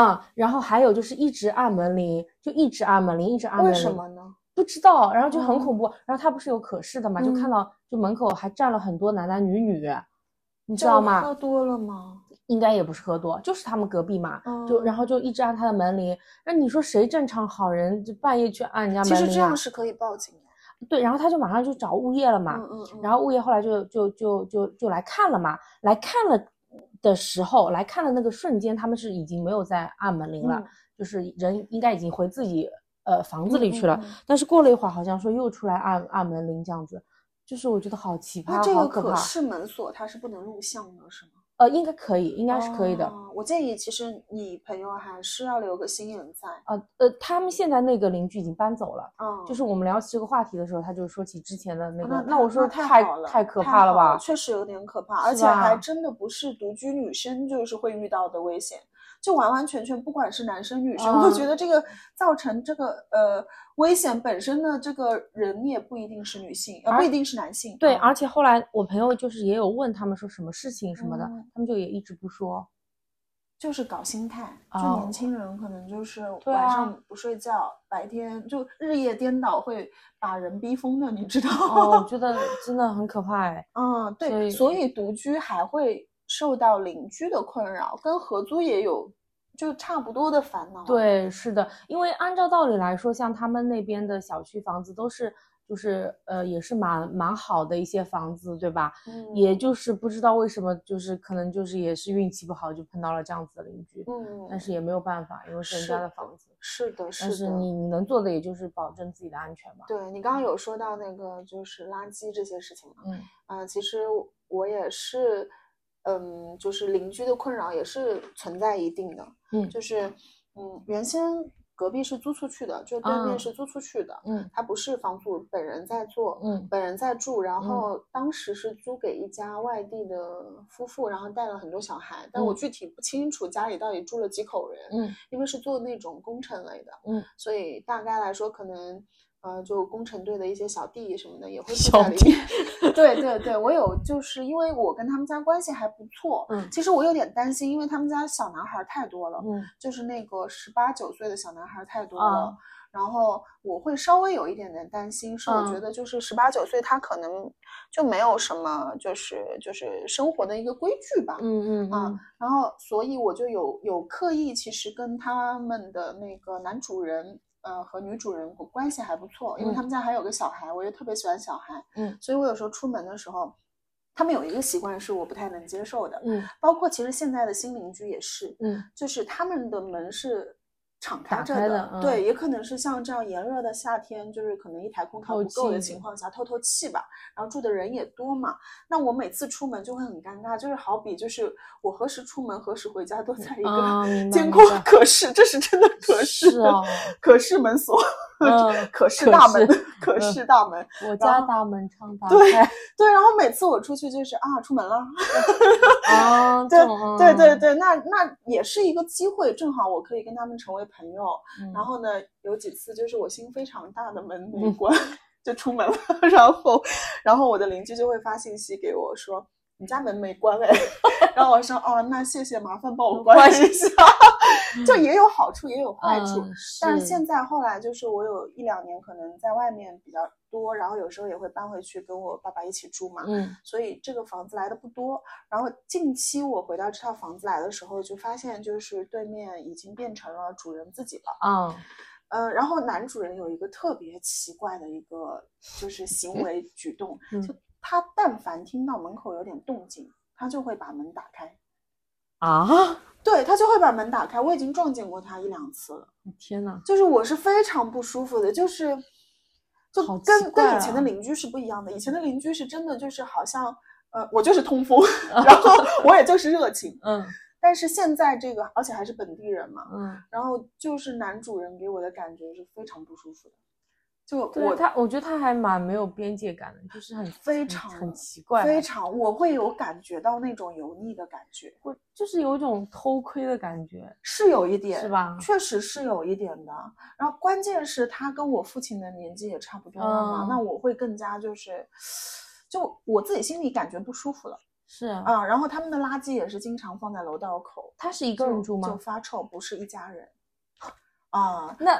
Speaker 1: 啊，然后还有就是一直按门铃，就一直按门铃，一直按门
Speaker 2: 为
Speaker 1: 铃，
Speaker 2: 什么呢？
Speaker 1: 不知道，然后就很
Speaker 2: 嗯
Speaker 1: 恐怖，然后他不是有可视的嘛，就看
Speaker 2: 嗯
Speaker 1: 到就门口还站了很多男男女女，你知道吗？
Speaker 2: 喝多了吗？
Speaker 1: 应该也不是喝多，就是他们隔壁嘛，就
Speaker 2: 嗯
Speaker 1: 然后就一直按他的门铃。那你说谁正常好人就半夜去按人家门
Speaker 2: 其
Speaker 1: 铃、啊？
Speaker 2: 实这样是可以报警的，
Speaker 1: 对，然后他就马上就找物业了嘛，
Speaker 2: 嗯嗯嗯，
Speaker 1: 然后物业后来就就就就就来看了嘛，来看了的时候，来看了那个瞬间，他们是已经没有在按门铃了，
Speaker 2: 嗯
Speaker 1: 就是人应该已经回自己呃房子里去了。
Speaker 2: 嗯嗯嗯
Speaker 1: 但是过了一会儿，好像说又出来按按门铃这样子，就是我觉得好奇葩，
Speaker 2: 啊那这
Speaker 1: 好
Speaker 2: 个
Speaker 1: 可
Speaker 2: 可
Speaker 1: 怕。
Speaker 2: 视门锁它是不能录像的，是吗？
Speaker 1: 呃，应该可以，应该是可以的。
Speaker 2: 哦我建议，其实你朋友还是要留个心眼在，
Speaker 1: 呃呃，他们现在那个邻居已经搬走了。
Speaker 2: 嗯，
Speaker 1: 就是我们聊起这个话题的时候，他就说起之前的那
Speaker 2: 啊
Speaker 1: 个，
Speaker 2: 那
Speaker 1: 我说
Speaker 2: 太
Speaker 1: 太
Speaker 2: 好了
Speaker 1: 太可
Speaker 2: 太
Speaker 1: 怕了
Speaker 2: 好
Speaker 1: 吧？
Speaker 2: 确实有点可怕，
Speaker 1: 是
Speaker 2: 而且还
Speaker 1: 吧
Speaker 2: 真的不是独居女生就是会遇到的危险，就完完全全不管是男生女生，
Speaker 1: 啊
Speaker 2: 我觉得这个造成这个呃危险本身的这个人也不一定是女性，呃
Speaker 1: 而
Speaker 2: 不一定是男性，
Speaker 1: 对，
Speaker 2: 嗯
Speaker 1: 而且后来我朋友就是也有问他们说什么事情什么的，
Speaker 2: 嗯
Speaker 1: 他们就也一直不说。
Speaker 2: 就是搞心态，就
Speaker 1: 哦
Speaker 2: 年轻人可能就是
Speaker 1: 对
Speaker 2: 晚
Speaker 1: 啊
Speaker 2: 上不睡觉，白天就日夜颠倒，会把人逼疯的，你知道
Speaker 1: 哦，我
Speaker 2: 吗？
Speaker 1: 觉得真的很可怕哎。
Speaker 2: 嗯，
Speaker 1: 所以
Speaker 2: 对，所以独居还会受到邻居的困扰，跟合租也有就差不多的烦恼。，
Speaker 1: 对，是的，因为按照道理来说，像他们那边的小区房子都是，就是呃，也是蛮蛮好的一些房子，对吧？
Speaker 2: 嗯，
Speaker 1: 也就是不知道为什么，就是可能就是也是运气不好，就碰到了这样子的邻居，
Speaker 2: 嗯，
Speaker 1: 但是也没有办法，因为是人家
Speaker 2: 是
Speaker 1: 的
Speaker 2: 的
Speaker 1: 房子。
Speaker 2: 是的，是
Speaker 1: 但
Speaker 2: 的。
Speaker 1: 是你你能做的也就是保证自己的安全吧。
Speaker 2: 对你刚刚有说到那个就是垃圾这些事情嘛，
Speaker 1: 嗯
Speaker 2: 啊、其实我也是，嗯，就是邻居的困扰也是存在一定的，
Speaker 1: 嗯
Speaker 2: 就是嗯，原先隔壁是租出去的，就对
Speaker 1: 啊
Speaker 2: 面是租出去的，
Speaker 1: 嗯
Speaker 2: 它不是房主本人在做，
Speaker 1: 嗯
Speaker 2: 本人在住，然后当时是租给一家外地的夫妇，然后带了很多小孩，但我
Speaker 1: 嗯
Speaker 2: 具体不清楚家里到底住了几口人，
Speaker 1: 嗯
Speaker 2: 因为是做那种工程类的，
Speaker 1: 嗯，
Speaker 2: 所以大概来说可能。呃，就工程队的一些小弟什么的也会住
Speaker 1: 小
Speaker 2: 在里面。 对对对，我有，就是因为我跟他们家关系还不错，
Speaker 1: 嗯
Speaker 2: 其实我有点担心，因为他们家小男孩太多了，
Speaker 1: 嗯
Speaker 2: 就是那个十八九岁的小男孩太多
Speaker 1: 啊
Speaker 2: 了，然后我会稍微有一点点担心，是我觉
Speaker 1: 嗯
Speaker 2: 得就是十八九岁他可能就没有什么就是就是生活的一个规矩吧，
Speaker 1: 嗯嗯嗯
Speaker 2: 然后所以我就有有刻意其实跟他们的那个男主人。嗯、和女主人关系还不错，因为他们家还有个小孩，我就特别喜欢小孩，
Speaker 1: 嗯，
Speaker 2: 所以我有时候出门的时候，他们有一个习惯是我不太能接受的，
Speaker 1: 嗯
Speaker 2: 包括其实现在的新邻居也是，
Speaker 1: 嗯
Speaker 2: 就是他们的门是敞开
Speaker 1: 打
Speaker 2: 着
Speaker 1: 开
Speaker 2: 的，
Speaker 1: 的嗯
Speaker 2: 对，也可能是像这样炎热的夏天，就是可能一台空调
Speaker 1: 透
Speaker 2: 不够的
Speaker 1: 气
Speaker 2: 情况下透透气吧，然后住的人也多嘛。那我每次出门就会很尴尬，就是好比就是我何时出门何时回家都在一个
Speaker 1: 啊，明白
Speaker 2: 监
Speaker 1: 明
Speaker 2: 控
Speaker 1: 白
Speaker 2: 可视，这是真的可视，
Speaker 1: 是 哦，
Speaker 2: 可视门锁，
Speaker 1: 嗯
Speaker 2: 可视
Speaker 1: 可
Speaker 2: 大门
Speaker 1: 视，
Speaker 2: 可
Speaker 1: 嗯
Speaker 2: 视大门。
Speaker 1: 我
Speaker 2: 然
Speaker 1: 家
Speaker 2: 后
Speaker 1: 大门常打
Speaker 2: 对
Speaker 1: 开，
Speaker 2: 对，然后每次我出去就是啊，出门了。
Speaker 1: 嗯啊，这种
Speaker 2: 对对
Speaker 1: 嗯
Speaker 2: 对，那那也是一个机会，正好我可以跟他们成为朋友。
Speaker 1: 嗯
Speaker 2: 然后呢，有几次就是我心非常大的门没关，就出门了， 然后，然后我的邻居就会发信息给我说。你家门没关哎， 然后我说哦，那谢谢，麻烦帮我关一下。 就也有好处，也有坏处。
Speaker 1: 嗯
Speaker 2: 但是现在后来就是我有一两年可能在外面比较多，然后有时候也会搬回去跟我爸爸一起住嘛。
Speaker 1: 嗯
Speaker 2: 所以这个房子来的不多。然后近期我回到这套房子来的时候，就发现就是对面已经变成了主人自己了。
Speaker 1: 啊
Speaker 2: 呃，然后男主人有一个特别奇怪的一个就是行为举动，
Speaker 1: 嗯
Speaker 2: 就他但凡听到门口有点动静，他就会把门打开。
Speaker 1: 啊！
Speaker 2: 对他就会把门打开，我已经撞见过他一两次了。
Speaker 1: 天哪，
Speaker 2: 就是我是非常不舒服的，就是就
Speaker 1: 好奇
Speaker 2: 跟、
Speaker 1: 怪
Speaker 2: 跟
Speaker 1: 啊
Speaker 2: 以前的邻居是不一样的。以前的邻居是真的就是好像呃，我就是 通风，然后我也就是热情。
Speaker 1: 嗯
Speaker 2: 但是现在这个，而且还是本地人嘛，
Speaker 1: 嗯，
Speaker 2: 然后就是男主人给我的感觉是非常不舒服的，就
Speaker 1: 对
Speaker 2: 我
Speaker 1: 他，我觉得他还蛮没有边界感的，就是很
Speaker 2: 非
Speaker 1: 很
Speaker 2: 常
Speaker 1: 很奇怪，
Speaker 2: 非常我会有感觉到那种油腻的感觉，
Speaker 1: 我就是有一种偷窥的感觉，
Speaker 2: 是有一点
Speaker 1: 是？吧？
Speaker 2: 确实是有一点的。然后关键是他跟我父亲的年纪也差不多了嘛，
Speaker 1: 嗯
Speaker 2: 那我会更加就是，就我自己心里感觉不舒服了
Speaker 1: 是啊，
Speaker 2: 啊。然后他们的垃圾也是经常放在楼道口，
Speaker 1: 他是一
Speaker 2: 一
Speaker 1: 个人住
Speaker 2: 就
Speaker 1: 吗？
Speaker 2: 发臭，不是一家人啊。
Speaker 1: 那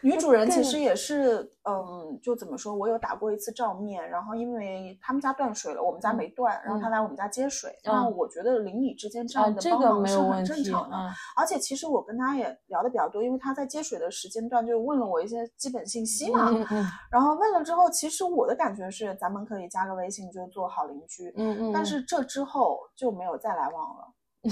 Speaker 2: 女主人
Speaker 1: 更
Speaker 2: 其实也是，嗯，就怎么说，我有打过一次照面，然后因为他们家断水了，我们家没断，然后他来我们家接水，
Speaker 1: 嗯
Speaker 2: 那我觉得邻里之间这
Speaker 1: 啊
Speaker 2: 样，的
Speaker 1: 这
Speaker 2: 帮
Speaker 1: 个
Speaker 2: 忙
Speaker 1: 没
Speaker 2: 是
Speaker 1: 有问
Speaker 2: 很正
Speaker 1: 题
Speaker 2: 常的。
Speaker 1: 啊，
Speaker 2: 而且其实我跟他也聊的比较多，因为他在接水的时间段就问了我一些基本信息嘛。
Speaker 1: 嗯嗯
Speaker 2: 然后问了之后，其实我的感觉是咱们可以加个微信就做好邻居，
Speaker 1: 嗯嗯，
Speaker 2: 但是这之后就没有再来往了。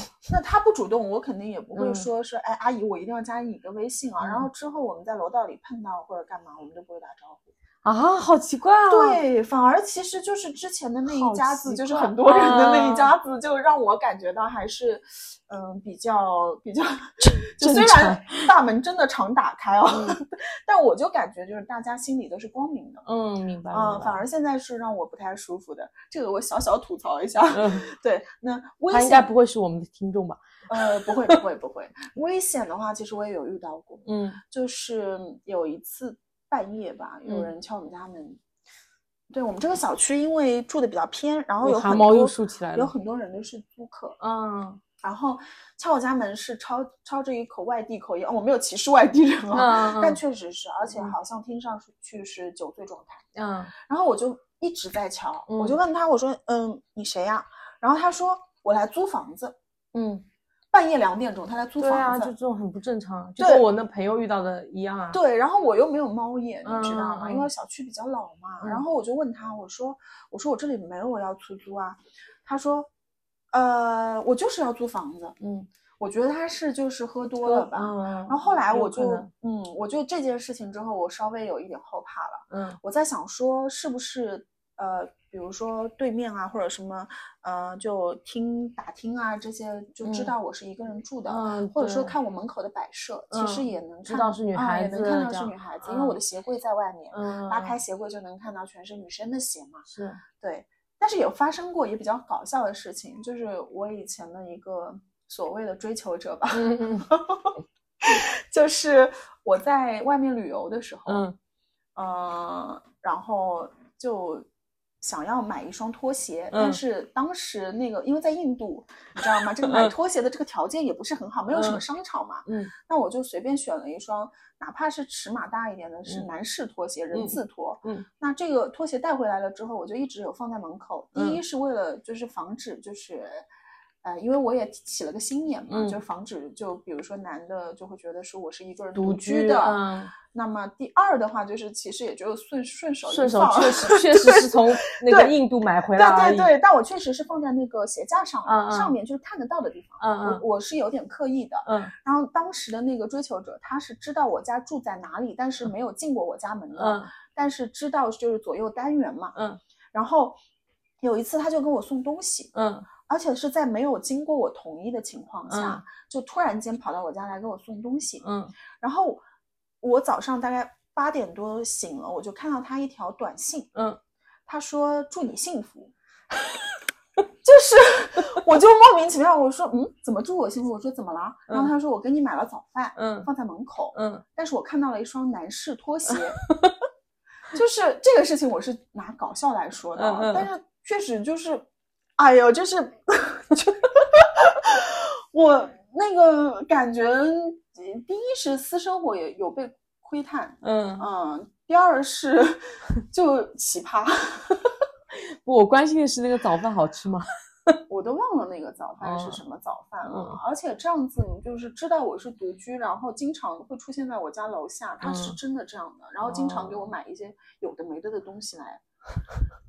Speaker 2: 那他不主动，我肯定也不会
Speaker 1: 嗯
Speaker 2: 说是、哎，阿姨，我一定要加你个微信啊。
Speaker 1: 嗯
Speaker 2: 然后之后我们在楼道里碰到或者干嘛，我们就不会打招呼。
Speaker 1: 啊，好奇怪啊，，
Speaker 2: 对，反而其实就是之前的那一
Speaker 1: 好
Speaker 2: 家
Speaker 1: 奇
Speaker 2: 子，就是
Speaker 1: 怪
Speaker 2: 很多人的那
Speaker 1: 啊
Speaker 2: 一家子，就让我感觉到还是，嗯，比较比较，
Speaker 1: 正
Speaker 2: 就虽然大门真的常打开哦， 但我就感觉就是大家心里都是光明的。
Speaker 1: 嗯，明白，
Speaker 2: 嗯，
Speaker 1: 明白
Speaker 2: 反而现在是让我不太舒服的，这个我小小吐槽一下。
Speaker 1: 嗯，
Speaker 2: 对，那危
Speaker 1: 他应
Speaker 2: 险
Speaker 1: 该不会是我们的听众吧？
Speaker 2: 呃不会不会不会，危险的话其实我也有遇到过，
Speaker 1: 嗯，
Speaker 2: 就是有一次半夜吧，有
Speaker 1: 嗯
Speaker 2: 人敲我们家门。对我们这个小区，因为住的比较偏，然后有
Speaker 1: 我汗
Speaker 2: 很
Speaker 1: 毛
Speaker 2: 多
Speaker 1: 又竖起来
Speaker 2: 有
Speaker 1: 了，
Speaker 2: 很多人都是租客，
Speaker 1: 嗯
Speaker 2: 然后敲我家门是操操着一口外地口音，哦我没有歧视外地人啊，
Speaker 1: 嗯
Speaker 2: 但
Speaker 1: 嗯
Speaker 2: 确实是，而且
Speaker 1: 嗯
Speaker 2: 好像听上去是酒醉状态。
Speaker 1: 嗯，
Speaker 2: 然后我就一直在敲，
Speaker 1: 嗯
Speaker 2: 我就问他，我说，嗯，你谁呀、然后他说我来租房子，
Speaker 1: 嗯，
Speaker 2: 半夜两点钟他来租
Speaker 1: 对啊，
Speaker 2: 房
Speaker 1: 就
Speaker 2: 子
Speaker 1: 这。种很不正常，就
Speaker 2: 对
Speaker 1: 跟我那朋友遇到的一样啊。
Speaker 2: 对，然后我又没有猫眼，你知道
Speaker 1: 嗯
Speaker 2: 吗？
Speaker 1: 嗯
Speaker 2: 因为小区比较老嘛。
Speaker 1: 嗯
Speaker 2: 然后我就问他，我说，我说我这里没有要出租啊。他说，呃，我就是要租房子。
Speaker 1: 嗯，
Speaker 2: 我觉得他是就是喝多
Speaker 1: 嗯，
Speaker 2: 了吧。
Speaker 1: 嗯，然
Speaker 2: 然后后来我就，嗯，我就这件事情之后，我稍微有一点后怕了。
Speaker 1: 嗯
Speaker 2: 我在想说，是不是呃，比如说对面啊，或者什么，呃，就听打听啊这些，就知
Speaker 1: 嗯
Speaker 2: 道我是一个人住的，
Speaker 1: 嗯，
Speaker 2: 或者说
Speaker 1: 对
Speaker 2: 看我门口的摆设，
Speaker 1: 嗯
Speaker 2: 其实也能
Speaker 1: 知
Speaker 2: 看
Speaker 1: 道是女
Speaker 2: 啊
Speaker 1: 孩
Speaker 2: 也能
Speaker 1: 子
Speaker 2: 看到
Speaker 1: 这
Speaker 2: 是
Speaker 1: 样
Speaker 2: 女孩子，因为我的鞋柜在外面，
Speaker 1: 嗯
Speaker 2: 拉开鞋柜就能看到全是女生的鞋嘛。
Speaker 1: 是
Speaker 2: 对，但是有发生过也比较搞笑的事情，就是我以前的一个所谓的追求者吧，
Speaker 1: 嗯嗯
Speaker 2: 就是我在外面旅游的时候，
Speaker 1: 嗯
Speaker 2: 呃，然后就想要买一双拖鞋，
Speaker 1: 嗯
Speaker 2: 但是当时那个因为在印度，你知道吗？这个买拖鞋的这个条件也不是很好，没有什么
Speaker 1: 嗯
Speaker 2: 商场嘛。
Speaker 1: 嗯
Speaker 2: 那我就随便选了一双，哪怕是尺码大一点的，是
Speaker 1: 嗯
Speaker 2: 男士拖鞋，人
Speaker 1: 嗯
Speaker 2: 字拖。
Speaker 1: 嗯，
Speaker 2: 那这个拖鞋带回来了之后，我就一直有放在门口。第
Speaker 1: 嗯
Speaker 2: 一是为了就是防止就是呃，因为我也起了个心眼嘛，
Speaker 1: 嗯
Speaker 2: 就是防止就比如说男的就会觉得说我是一个人
Speaker 1: 独
Speaker 2: 居
Speaker 1: 居
Speaker 2: 的，
Speaker 1: 嗯
Speaker 2: 那么第二的话就是其实也就顺顺手
Speaker 1: 顺
Speaker 2: 一
Speaker 1: 手
Speaker 2: 放
Speaker 1: 确实确实是从那个
Speaker 2: 对
Speaker 1: 印度买回来而
Speaker 2: 对
Speaker 1: 已。
Speaker 2: 对对，但我确实是放在那个鞋架上
Speaker 1: 嗯嗯
Speaker 2: 上面就是看得到的地方，
Speaker 1: 嗯嗯
Speaker 2: 我我是有点刻意的。
Speaker 1: 嗯
Speaker 2: 然后当时的那个追求者，他是知道我家住在哪里，但是没有进过我家门的，
Speaker 1: 嗯
Speaker 2: 但是知道就是左右单元嘛。
Speaker 1: 嗯
Speaker 2: 然后有一次他就给我送东西，
Speaker 1: 嗯
Speaker 2: 而且是在没有经过我同意的情况下，
Speaker 1: 嗯
Speaker 2: 就突然间跑到我家来给我送东西。
Speaker 1: 嗯
Speaker 2: 然后我早上大概八点多醒了，我就看到他一条短信，
Speaker 1: 嗯，
Speaker 2: 他说祝你幸福。 就是，我就莫名其妙，我说，嗯，怎么祝我幸福？我说怎么了？然后
Speaker 1: 嗯
Speaker 2: 他说我给你买了早饭，
Speaker 1: 嗯
Speaker 2: 放在门口，
Speaker 1: 嗯，
Speaker 2: 但是我看到了一双男士拖鞋， 就是这个事情，我是拿搞笑来说的啊，
Speaker 1: 嗯嗯
Speaker 2: 但是确实就是，哎呦，就是 就我那个感觉，第一是私生活也有被窥探，
Speaker 1: 嗯，
Speaker 2: 嗯，第二是 就奇葩，
Speaker 1: 不我关心的是那个早饭好吃吗？
Speaker 2: 我都忘了那个早饭是
Speaker 1: 哦
Speaker 2: 什么早饭了。
Speaker 1: 嗯
Speaker 2: 而且这样子，你就是知道我是独居，然后经常会出现在我家楼下，他是
Speaker 1: 嗯
Speaker 2: 真的这样的，然后经常给我
Speaker 1: 哦
Speaker 2: 买一些有的没的的东西来，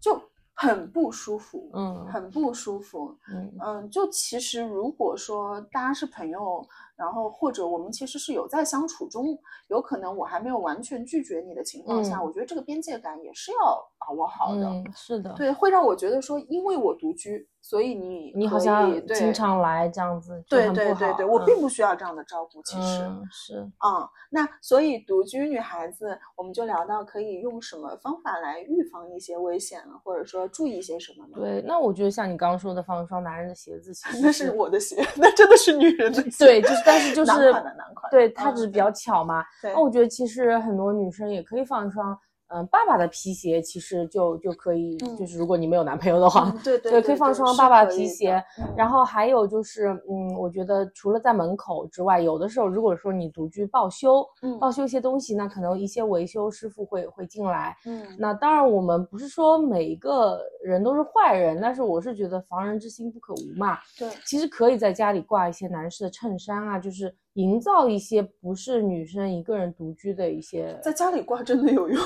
Speaker 2: 就很不舒服，
Speaker 1: 嗯
Speaker 2: 很不舒服。
Speaker 1: 嗯
Speaker 2: 嗯，就其实如果说大家是朋友，然后或者我们其实是有在相处中，有可能我还没有完全拒绝你的情况下，
Speaker 1: 嗯
Speaker 2: 我觉得这个边界感也是要把握好的。
Speaker 1: 嗯，是的，
Speaker 2: 对，会让我觉得说，因为我独居，所以你
Speaker 1: 你好
Speaker 2: 可
Speaker 1: 像
Speaker 2: 以对
Speaker 1: 经常来这样子，就
Speaker 2: 对
Speaker 1: 很
Speaker 2: 对
Speaker 1: 不
Speaker 2: 对
Speaker 1: 好
Speaker 2: 对，我
Speaker 1: 嗯
Speaker 2: 并不需要这样的照顾，其实
Speaker 1: 嗯是
Speaker 2: 啊、那所以独居女孩子，我们就聊到可以用什么方法来预防一些危险，或者说注意些什么呢？
Speaker 1: 对。那我觉得像你刚刚说的，放一双男人的鞋子，其实
Speaker 2: 那是我的鞋，那真的是女人的鞋，
Speaker 1: 对，就是但 是就
Speaker 2: 男
Speaker 1: 是
Speaker 2: 款的男款的
Speaker 1: 对，哦它
Speaker 2: 嗯
Speaker 1: 只是比较巧嘛。
Speaker 2: 对
Speaker 1: 那我觉得其实很多女生也可以放一双，嗯，爸爸的皮鞋，其实就就可以
Speaker 2: 嗯，
Speaker 1: 就是如果你没有男朋友的话，
Speaker 2: 嗯对对
Speaker 1: 对可以放双爸爸皮鞋，然
Speaker 2: 后
Speaker 1: 后还有就是，嗯，我觉得除了在门口之外，有的时候如果说你独居报修，
Speaker 2: 嗯
Speaker 1: 报修一些东西，那可能一些维修师傅会会进来。
Speaker 2: 嗯
Speaker 1: 那当然，我们不是说每一个人都是坏人，但是我是觉得防人之心不可无嘛。
Speaker 2: 对
Speaker 1: 其实可以在家里挂一些男士的衬衫啊，就是营造一些不是女生一个人独居的一些。
Speaker 2: 在家里挂真的有用，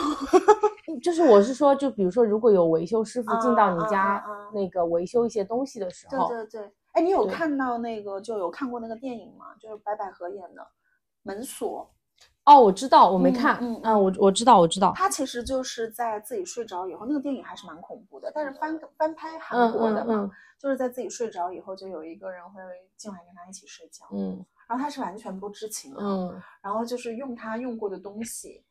Speaker 1: 就是我是说，就比如说，如果有维修师傅进 到你
Speaker 2: 啊
Speaker 1: 家
Speaker 2: 啊啊
Speaker 1: 那个维修一些东西的时
Speaker 2: 对
Speaker 1: 候，
Speaker 2: 对对，哎，你有
Speaker 1: 对
Speaker 2: 看到那个就有看过那个电影吗？就是白百合演的《门锁》，
Speaker 1: 哦，我知道，我没看，啊
Speaker 2: 嗯嗯
Speaker 1: 我我知道，我知道，
Speaker 2: 她其实就是在自己睡着以后，那个电影还是蛮恐怖的，但是翻翻拍韩国的嘛，
Speaker 1: 嗯
Speaker 2: 就是在自己睡着以后，就有一个人会进来跟她一起睡觉，
Speaker 1: 嗯
Speaker 2: 然后她是完全不知情的，
Speaker 1: 嗯
Speaker 2: 然后就是用她用过的东西。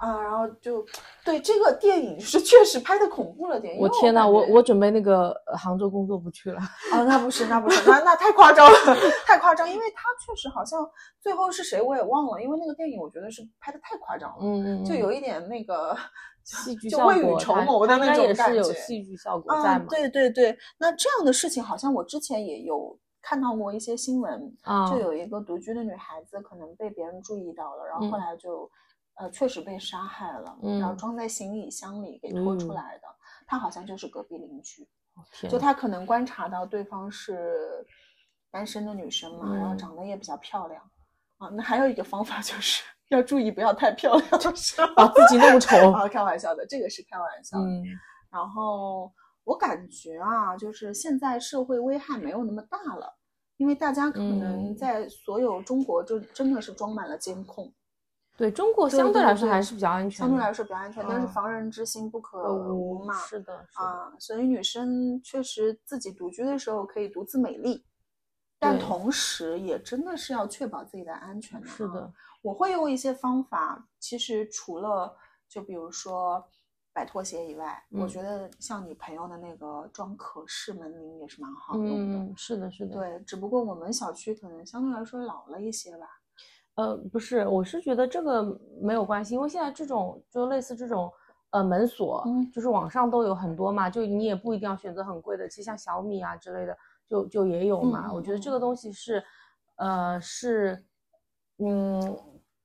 Speaker 2: 啊，然后就对这个电影是确实拍的恐怖了点。
Speaker 1: 我天
Speaker 2: 哪，
Speaker 1: 呐，我我准备那个呃杭州工作不去了，
Speaker 2: 哦，那不是，那不是，那那太夸张了， 太夸张，因为他确实好像最后是谁我也忘了，因为那个电影我觉得是拍的太夸张了，
Speaker 1: 嗯，嗯
Speaker 2: 就
Speaker 1: 嗯
Speaker 2: 有一点那个
Speaker 1: 戏剧
Speaker 2: 就
Speaker 1: 效果，
Speaker 2: 未雨绸
Speaker 1: 它
Speaker 2: 缪的那
Speaker 1: 它
Speaker 2: 种
Speaker 1: 也
Speaker 2: 感
Speaker 1: 是有
Speaker 2: 觉
Speaker 1: 戏剧效果在
Speaker 2: 啊，
Speaker 1: 嘛，
Speaker 2: 对对对，那这样的事情好像我之前也有看到过一些新闻，
Speaker 1: 啊，
Speaker 2: 就有一个独居的女孩子可能被别人注意到了，然后后
Speaker 1: 嗯
Speaker 2: 来就呃确实被杀害了，然后
Speaker 1: 嗯
Speaker 2: 装在行李箱里给拖
Speaker 1: 嗯
Speaker 2: 出来的，她好像就是隔壁邻居。
Speaker 1: 天
Speaker 2: 就
Speaker 1: 呐
Speaker 2: 他可能观察到对方是单身的女生嘛，然后
Speaker 1: 嗯
Speaker 2: 长得也比较漂亮啊。那还有一个方法就是 要注意不要太漂亮，就是吧
Speaker 1: 把自己弄丑，
Speaker 2: 啊，开玩笑的，这个是开玩笑的。
Speaker 1: 哦嗯
Speaker 2: 然后我感觉啊，就是现在社会危害没有那么大了，因为大家可能
Speaker 1: 嗯
Speaker 2: 在所有中国就真的是装满了监控，
Speaker 1: 对中国
Speaker 2: 对
Speaker 1: 相
Speaker 2: 对
Speaker 1: 来说
Speaker 2: 对
Speaker 1: 还是比较安全
Speaker 2: 相
Speaker 1: 的，
Speaker 2: 对来说比较安全，但是
Speaker 1: 嗯
Speaker 2: 防人之心不可
Speaker 1: 呃
Speaker 2: 无嘛。
Speaker 1: 是的，是的，
Speaker 2: 啊，所以女生确实自己独居的时候可以独自美丽，但
Speaker 1: 对
Speaker 2: 同时也真的是要确保自己的安全的。啊
Speaker 1: 是，的，
Speaker 2: 我会用一些方法，其实除了就比如说摆拖鞋以外，我
Speaker 1: 嗯
Speaker 2: 觉得像你朋友的那个装可视门铃也是蛮好用的。
Speaker 1: 嗯，是的，是的，
Speaker 2: 对，只不过我们小区可能相对来说老了一些吧。
Speaker 1: 呃，不是，我是觉得这个没有关系，因为现在这种就类似这种呃门锁，
Speaker 2: 嗯
Speaker 1: 就是网上都有很多嘛，就你也不一定要选择很贵的，其实像小米啊之类的，就就也有嘛。
Speaker 2: 嗯嗯
Speaker 1: 我觉得这个
Speaker 2: 嗯
Speaker 1: 东西是，呃，是，嗯，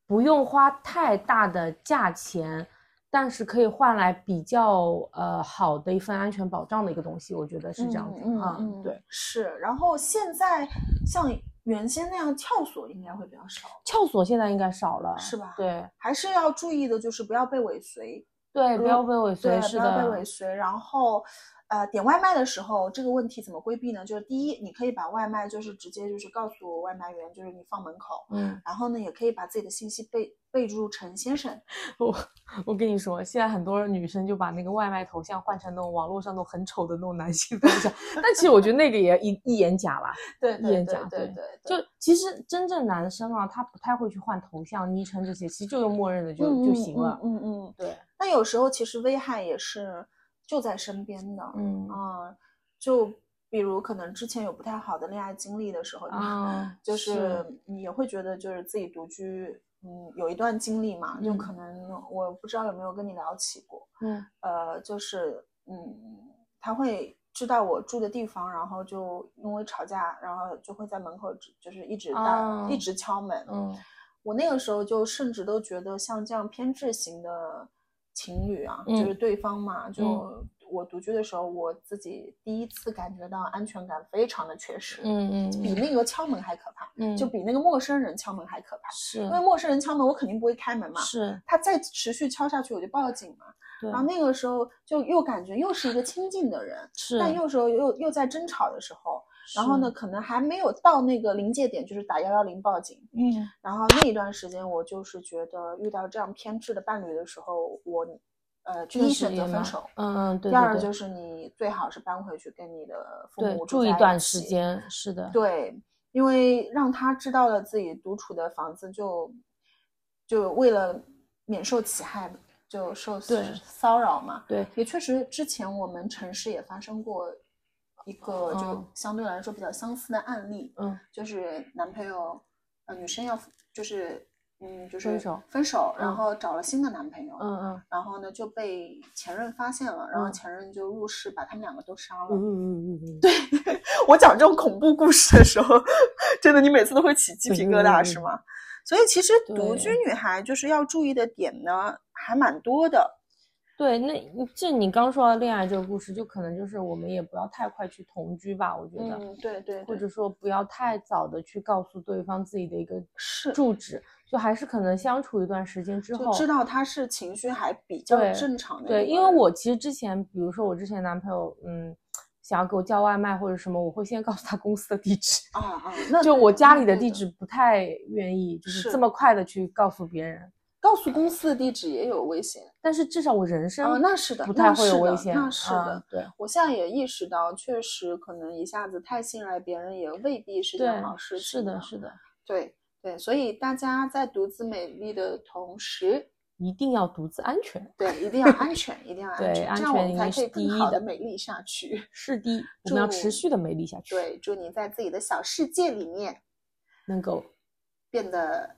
Speaker 1: 不用花太大的价钱，但是可以换来比较呃好的一份安全保障的一个东西，我觉得是这样子
Speaker 2: 嗯
Speaker 1: 啊、
Speaker 2: 嗯
Speaker 1: 对，
Speaker 2: 是。然后现在像原先那样撬锁应该会比较少，
Speaker 1: 撬锁现在应该少了，
Speaker 2: 是吧
Speaker 1: 对
Speaker 2: 还是要注意的就是不要被尾随，
Speaker 1: 对，
Speaker 2: 如
Speaker 1: 不要被尾随，
Speaker 2: 对，
Speaker 1: 是
Speaker 2: 呃不要被
Speaker 1: 的
Speaker 2: 尾，随。然后，呃，点外卖的时候这个问题怎么规避呢？就是第一，你可以把外卖就是直接就是告诉外卖员，就是你放门口，
Speaker 1: 嗯，
Speaker 2: 然后呢，也可以把自己的信息备备注陈先生。
Speaker 1: 我我跟你说，现在很多女生就把那个外卖头像换成那种网络上那种很丑的那种男性头像，但其实我觉得那个也一一眼假啦，
Speaker 2: 对
Speaker 1: 一眼
Speaker 2: 对对
Speaker 1: 假
Speaker 2: 对
Speaker 1: 对
Speaker 2: 对，
Speaker 1: 就其实真正男生啊，他不太会去换头像、昵称这些，其实就用默认的就、就行了。
Speaker 2: 嗯嗯嗯。
Speaker 1: 对，
Speaker 2: 那有时候其实危害也是就在身边的，
Speaker 1: 嗯
Speaker 2: 啊，就比如可能之前有不太好的恋爱经历的时候，
Speaker 1: 啊，
Speaker 2: 就是你也会觉得就是自己独居，嗯，有一段经历嘛，就
Speaker 1: 嗯
Speaker 2: 可能我不知道有没有跟你聊起过，
Speaker 1: 嗯
Speaker 2: 呃，就是嗯，他会知道我住的地方，然后就因为吵架，然后就会在门口只就是一直大
Speaker 1: 啊
Speaker 2: 一直敲门，
Speaker 1: 嗯
Speaker 2: 我那个时候就甚至都觉得像这样偏执型的情侣啊，
Speaker 1: 嗯
Speaker 2: 就是对方嘛，就我独居的时候，我自己第一次感觉到安全感非常的缺失，
Speaker 1: 嗯
Speaker 2: 比
Speaker 1: 嗯
Speaker 2: 那个敲门还可怕，
Speaker 1: 嗯，
Speaker 2: 就比那个陌生人敲门还可怕。
Speaker 1: 是
Speaker 2: 因为陌生人敲门，我肯定不会开门嘛，
Speaker 1: 是，
Speaker 2: 他再持续敲下去，我就报警嘛。
Speaker 1: 对
Speaker 2: 然后那个时候就又感觉又是一个亲近的人，
Speaker 1: 是，
Speaker 2: 但又时候又又在争吵的时候，然后呢，可能还没有到那个临界点，就是打幺幺零报警。
Speaker 1: 是，嗯
Speaker 2: 然后那一段时间，我就是觉得遇到这样偏执的伴侣的时候，我，呃，第
Speaker 1: 确
Speaker 2: 一
Speaker 1: 实
Speaker 2: 选择
Speaker 1: 也
Speaker 2: 分
Speaker 1: 蛮
Speaker 2: 手，
Speaker 1: 嗯嗯，对
Speaker 2: 第二
Speaker 1: 对
Speaker 2: 就
Speaker 1: 对
Speaker 2: 是你最好是搬回去跟你的父
Speaker 1: 对
Speaker 2: 母，住
Speaker 1: 住一
Speaker 2: 在
Speaker 1: 段时
Speaker 2: 起，
Speaker 1: 间，是的，
Speaker 2: 对，因为让他知道了自己独处的房子就，就为了免受其害，就受
Speaker 1: 对
Speaker 2: 骚扰嘛，
Speaker 1: 对
Speaker 2: 也确实，之前我们城市也发生过一个就
Speaker 1: 嗯
Speaker 2: 相对来说比较相似的案例，
Speaker 1: 嗯
Speaker 2: 就是男朋友，呃，女生要就是，嗯，就是
Speaker 1: 分手
Speaker 2: 分手，然
Speaker 1: 嗯
Speaker 2: 后找了新的男朋友，
Speaker 1: 嗯嗯
Speaker 2: 然后呢就被前任发现了，然后
Speaker 1: 嗯
Speaker 2: 前任就入室把他们两个都杀了。
Speaker 1: 嗯嗯嗯嗯，对，
Speaker 2: 我讲这种恐怖故事的时候，真的你每次都会起鸡皮疙瘩，是吗？所以其实独居
Speaker 1: 对
Speaker 2: 女孩就是要注意的点呢，还蛮多的。
Speaker 1: 对，那这你刚说到恋爱这个故事，就可能就是我们也不要太快去同居吧，我觉得。，
Speaker 2: 对嗯对
Speaker 1: 或
Speaker 2: 对，
Speaker 1: 者说不要太早的去告诉对方自己的一个
Speaker 2: 是
Speaker 1: 住址，就还是可能相处一段时间之后
Speaker 2: 就，知道他是情绪还比较
Speaker 1: 对
Speaker 2: 正常的一个
Speaker 1: 对，
Speaker 2: 人。
Speaker 1: 因为我其实之前，比如说我之前男朋友，嗯，想要给我叫外卖或者什么，我会先告诉他公司的地址，
Speaker 2: 啊啊，那
Speaker 1: 就
Speaker 2: 对
Speaker 1: 我
Speaker 2: 的
Speaker 1: 家
Speaker 2: 那
Speaker 1: 里的
Speaker 2: 对
Speaker 1: 地址不太愿意，就是
Speaker 2: 是
Speaker 1: 这么快的去告诉别人，
Speaker 2: 告诉公司的地址也有危险
Speaker 1: 但是至少我人
Speaker 2: 啊、
Speaker 1: 生
Speaker 2: 那是的，
Speaker 1: 不
Speaker 2: 那
Speaker 1: 太会
Speaker 2: 是
Speaker 1: 有危
Speaker 2: 的
Speaker 1: 险，
Speaker 2: 那是的。
Speaker 1: 嗯对
Speaker 2: 我现在也意识到，确实可能一下子太信赖别人，也未必是件好事
Speaker 1: 对，
Speaker 2: 情。
Speaker 1: 是的，是的，
Speaker 2: 对对，所以大家在独自美丽的同时，
Speaker 1: 一定要独自安全，
Speaker 2: 对，一定要安全，一定要安
Speaker 1: 对
Speaker 2: 全，
Speaker 1: 安
Speaker 2: 这样我
Speaker 1: 全
Speaker 2: 们
Speaker 1: 应
Speaker 2: 才
Speaker 1: 该
Speaker 2: 可以
Speaker 1: 是第
Speaker 2: 更
Speaker 1: 一
Speaker 2: 好的
Speaker 1: 的
Speaker 2: 美丽下去。
Speaker 1: 是的， 我们要
Speaker 2: 祝
Speaker 1: 持续的美丽下去，
Speaker 2: 对，祝你在自己的小世界里面
Speaker 1: 能够
Speaker 2: 变得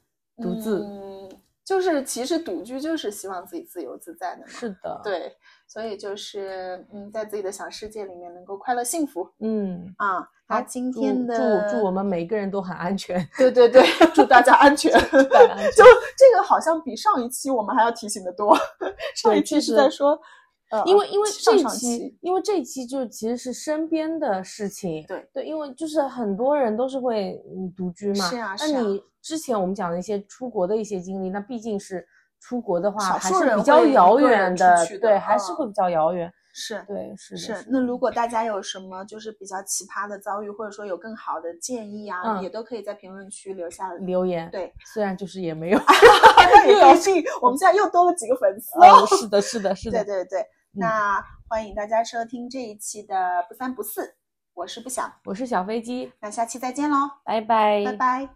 Speaker 1: 独自
Speaker 2: 嗯，就是其实独居就是希望自己自由自在的嘛。
Speaker 1: 是的，，
Speaker 2: 对，所以就是嗯，在自己的小世界里面能够快乐幸福
Speaker 1: 嗯。
Speaker 2: 啊。那今天
Speaker 1: 祝
Speaker 2: 的
Speaker 1: 祝祝我们每个人都很安全，
Speaker 2: 对对 对，祝大家安 全。
Speaker 1: 大家安
Speaker 2: 就这个好像比上一期我们还要提醒的多，上一
Speaker 1: 对
Speaker 2: 期
Speaker 1: 确
Speaker 2: 是
Speaker 1: 实
Speaker 2: 在说，呃，
Speaker 1: 因为因为
Speaker 2: 上
Speaker 1: 这
Speaker 2: 上
Speaker 1: 期，因为这期就其实是身边的事情，
Speaker 2: 对
Speaker 1: 对，因为就是很多人都是会嗯独居嘛，
Speaker 2: 是啊
Speaker 1: 那
Speaker 2: 是啊
Speaker 1: 你之前我们讲的一些出国的一些经历，那毕竟是出国的
Speaker 2: 少
Speaker 1: 话还
Speaker 2: 数人
Speaker 1: 是比较
Speaker 2: 会
Speaker 1: 遥
Speaker 2: 一个
Speaker 1: 远
Speaker 2: 人出去的
Speaker 1: 对，还是
Speaker 2: 嗯
Speaker 1: 会比较遥远，
Speaker 2: 是
Speaker 1: 对，是的，
Speaker 2: 是
Speaker 1: 的。
Speaker 2: 那如果大家有什么就是比较奇葩的遭遇，或者说有更好的建议啊，
Speaker 1: 嗯
Speaker 2: 也都可以在评论区留下。
Speaker 1: 留言，
Speaker 2: 对，
Speaker 1: 虽然就是也 没有，
Speaker 2: 那也高 兴，我们现在又多了几个粉丝哦
Speaker 1: 哦，。是的，是的，是
Speaker 2: 对
Speaker 1: 的，
Speaker 2: 对对，那欢迎大家收听这一期的不三不四，我是不想，
Speaker 1: 我是小飞机，
Speaker 2: 那下期再见喽，
Speaker 1: 拜拜，
Speaker 2: 拜拜。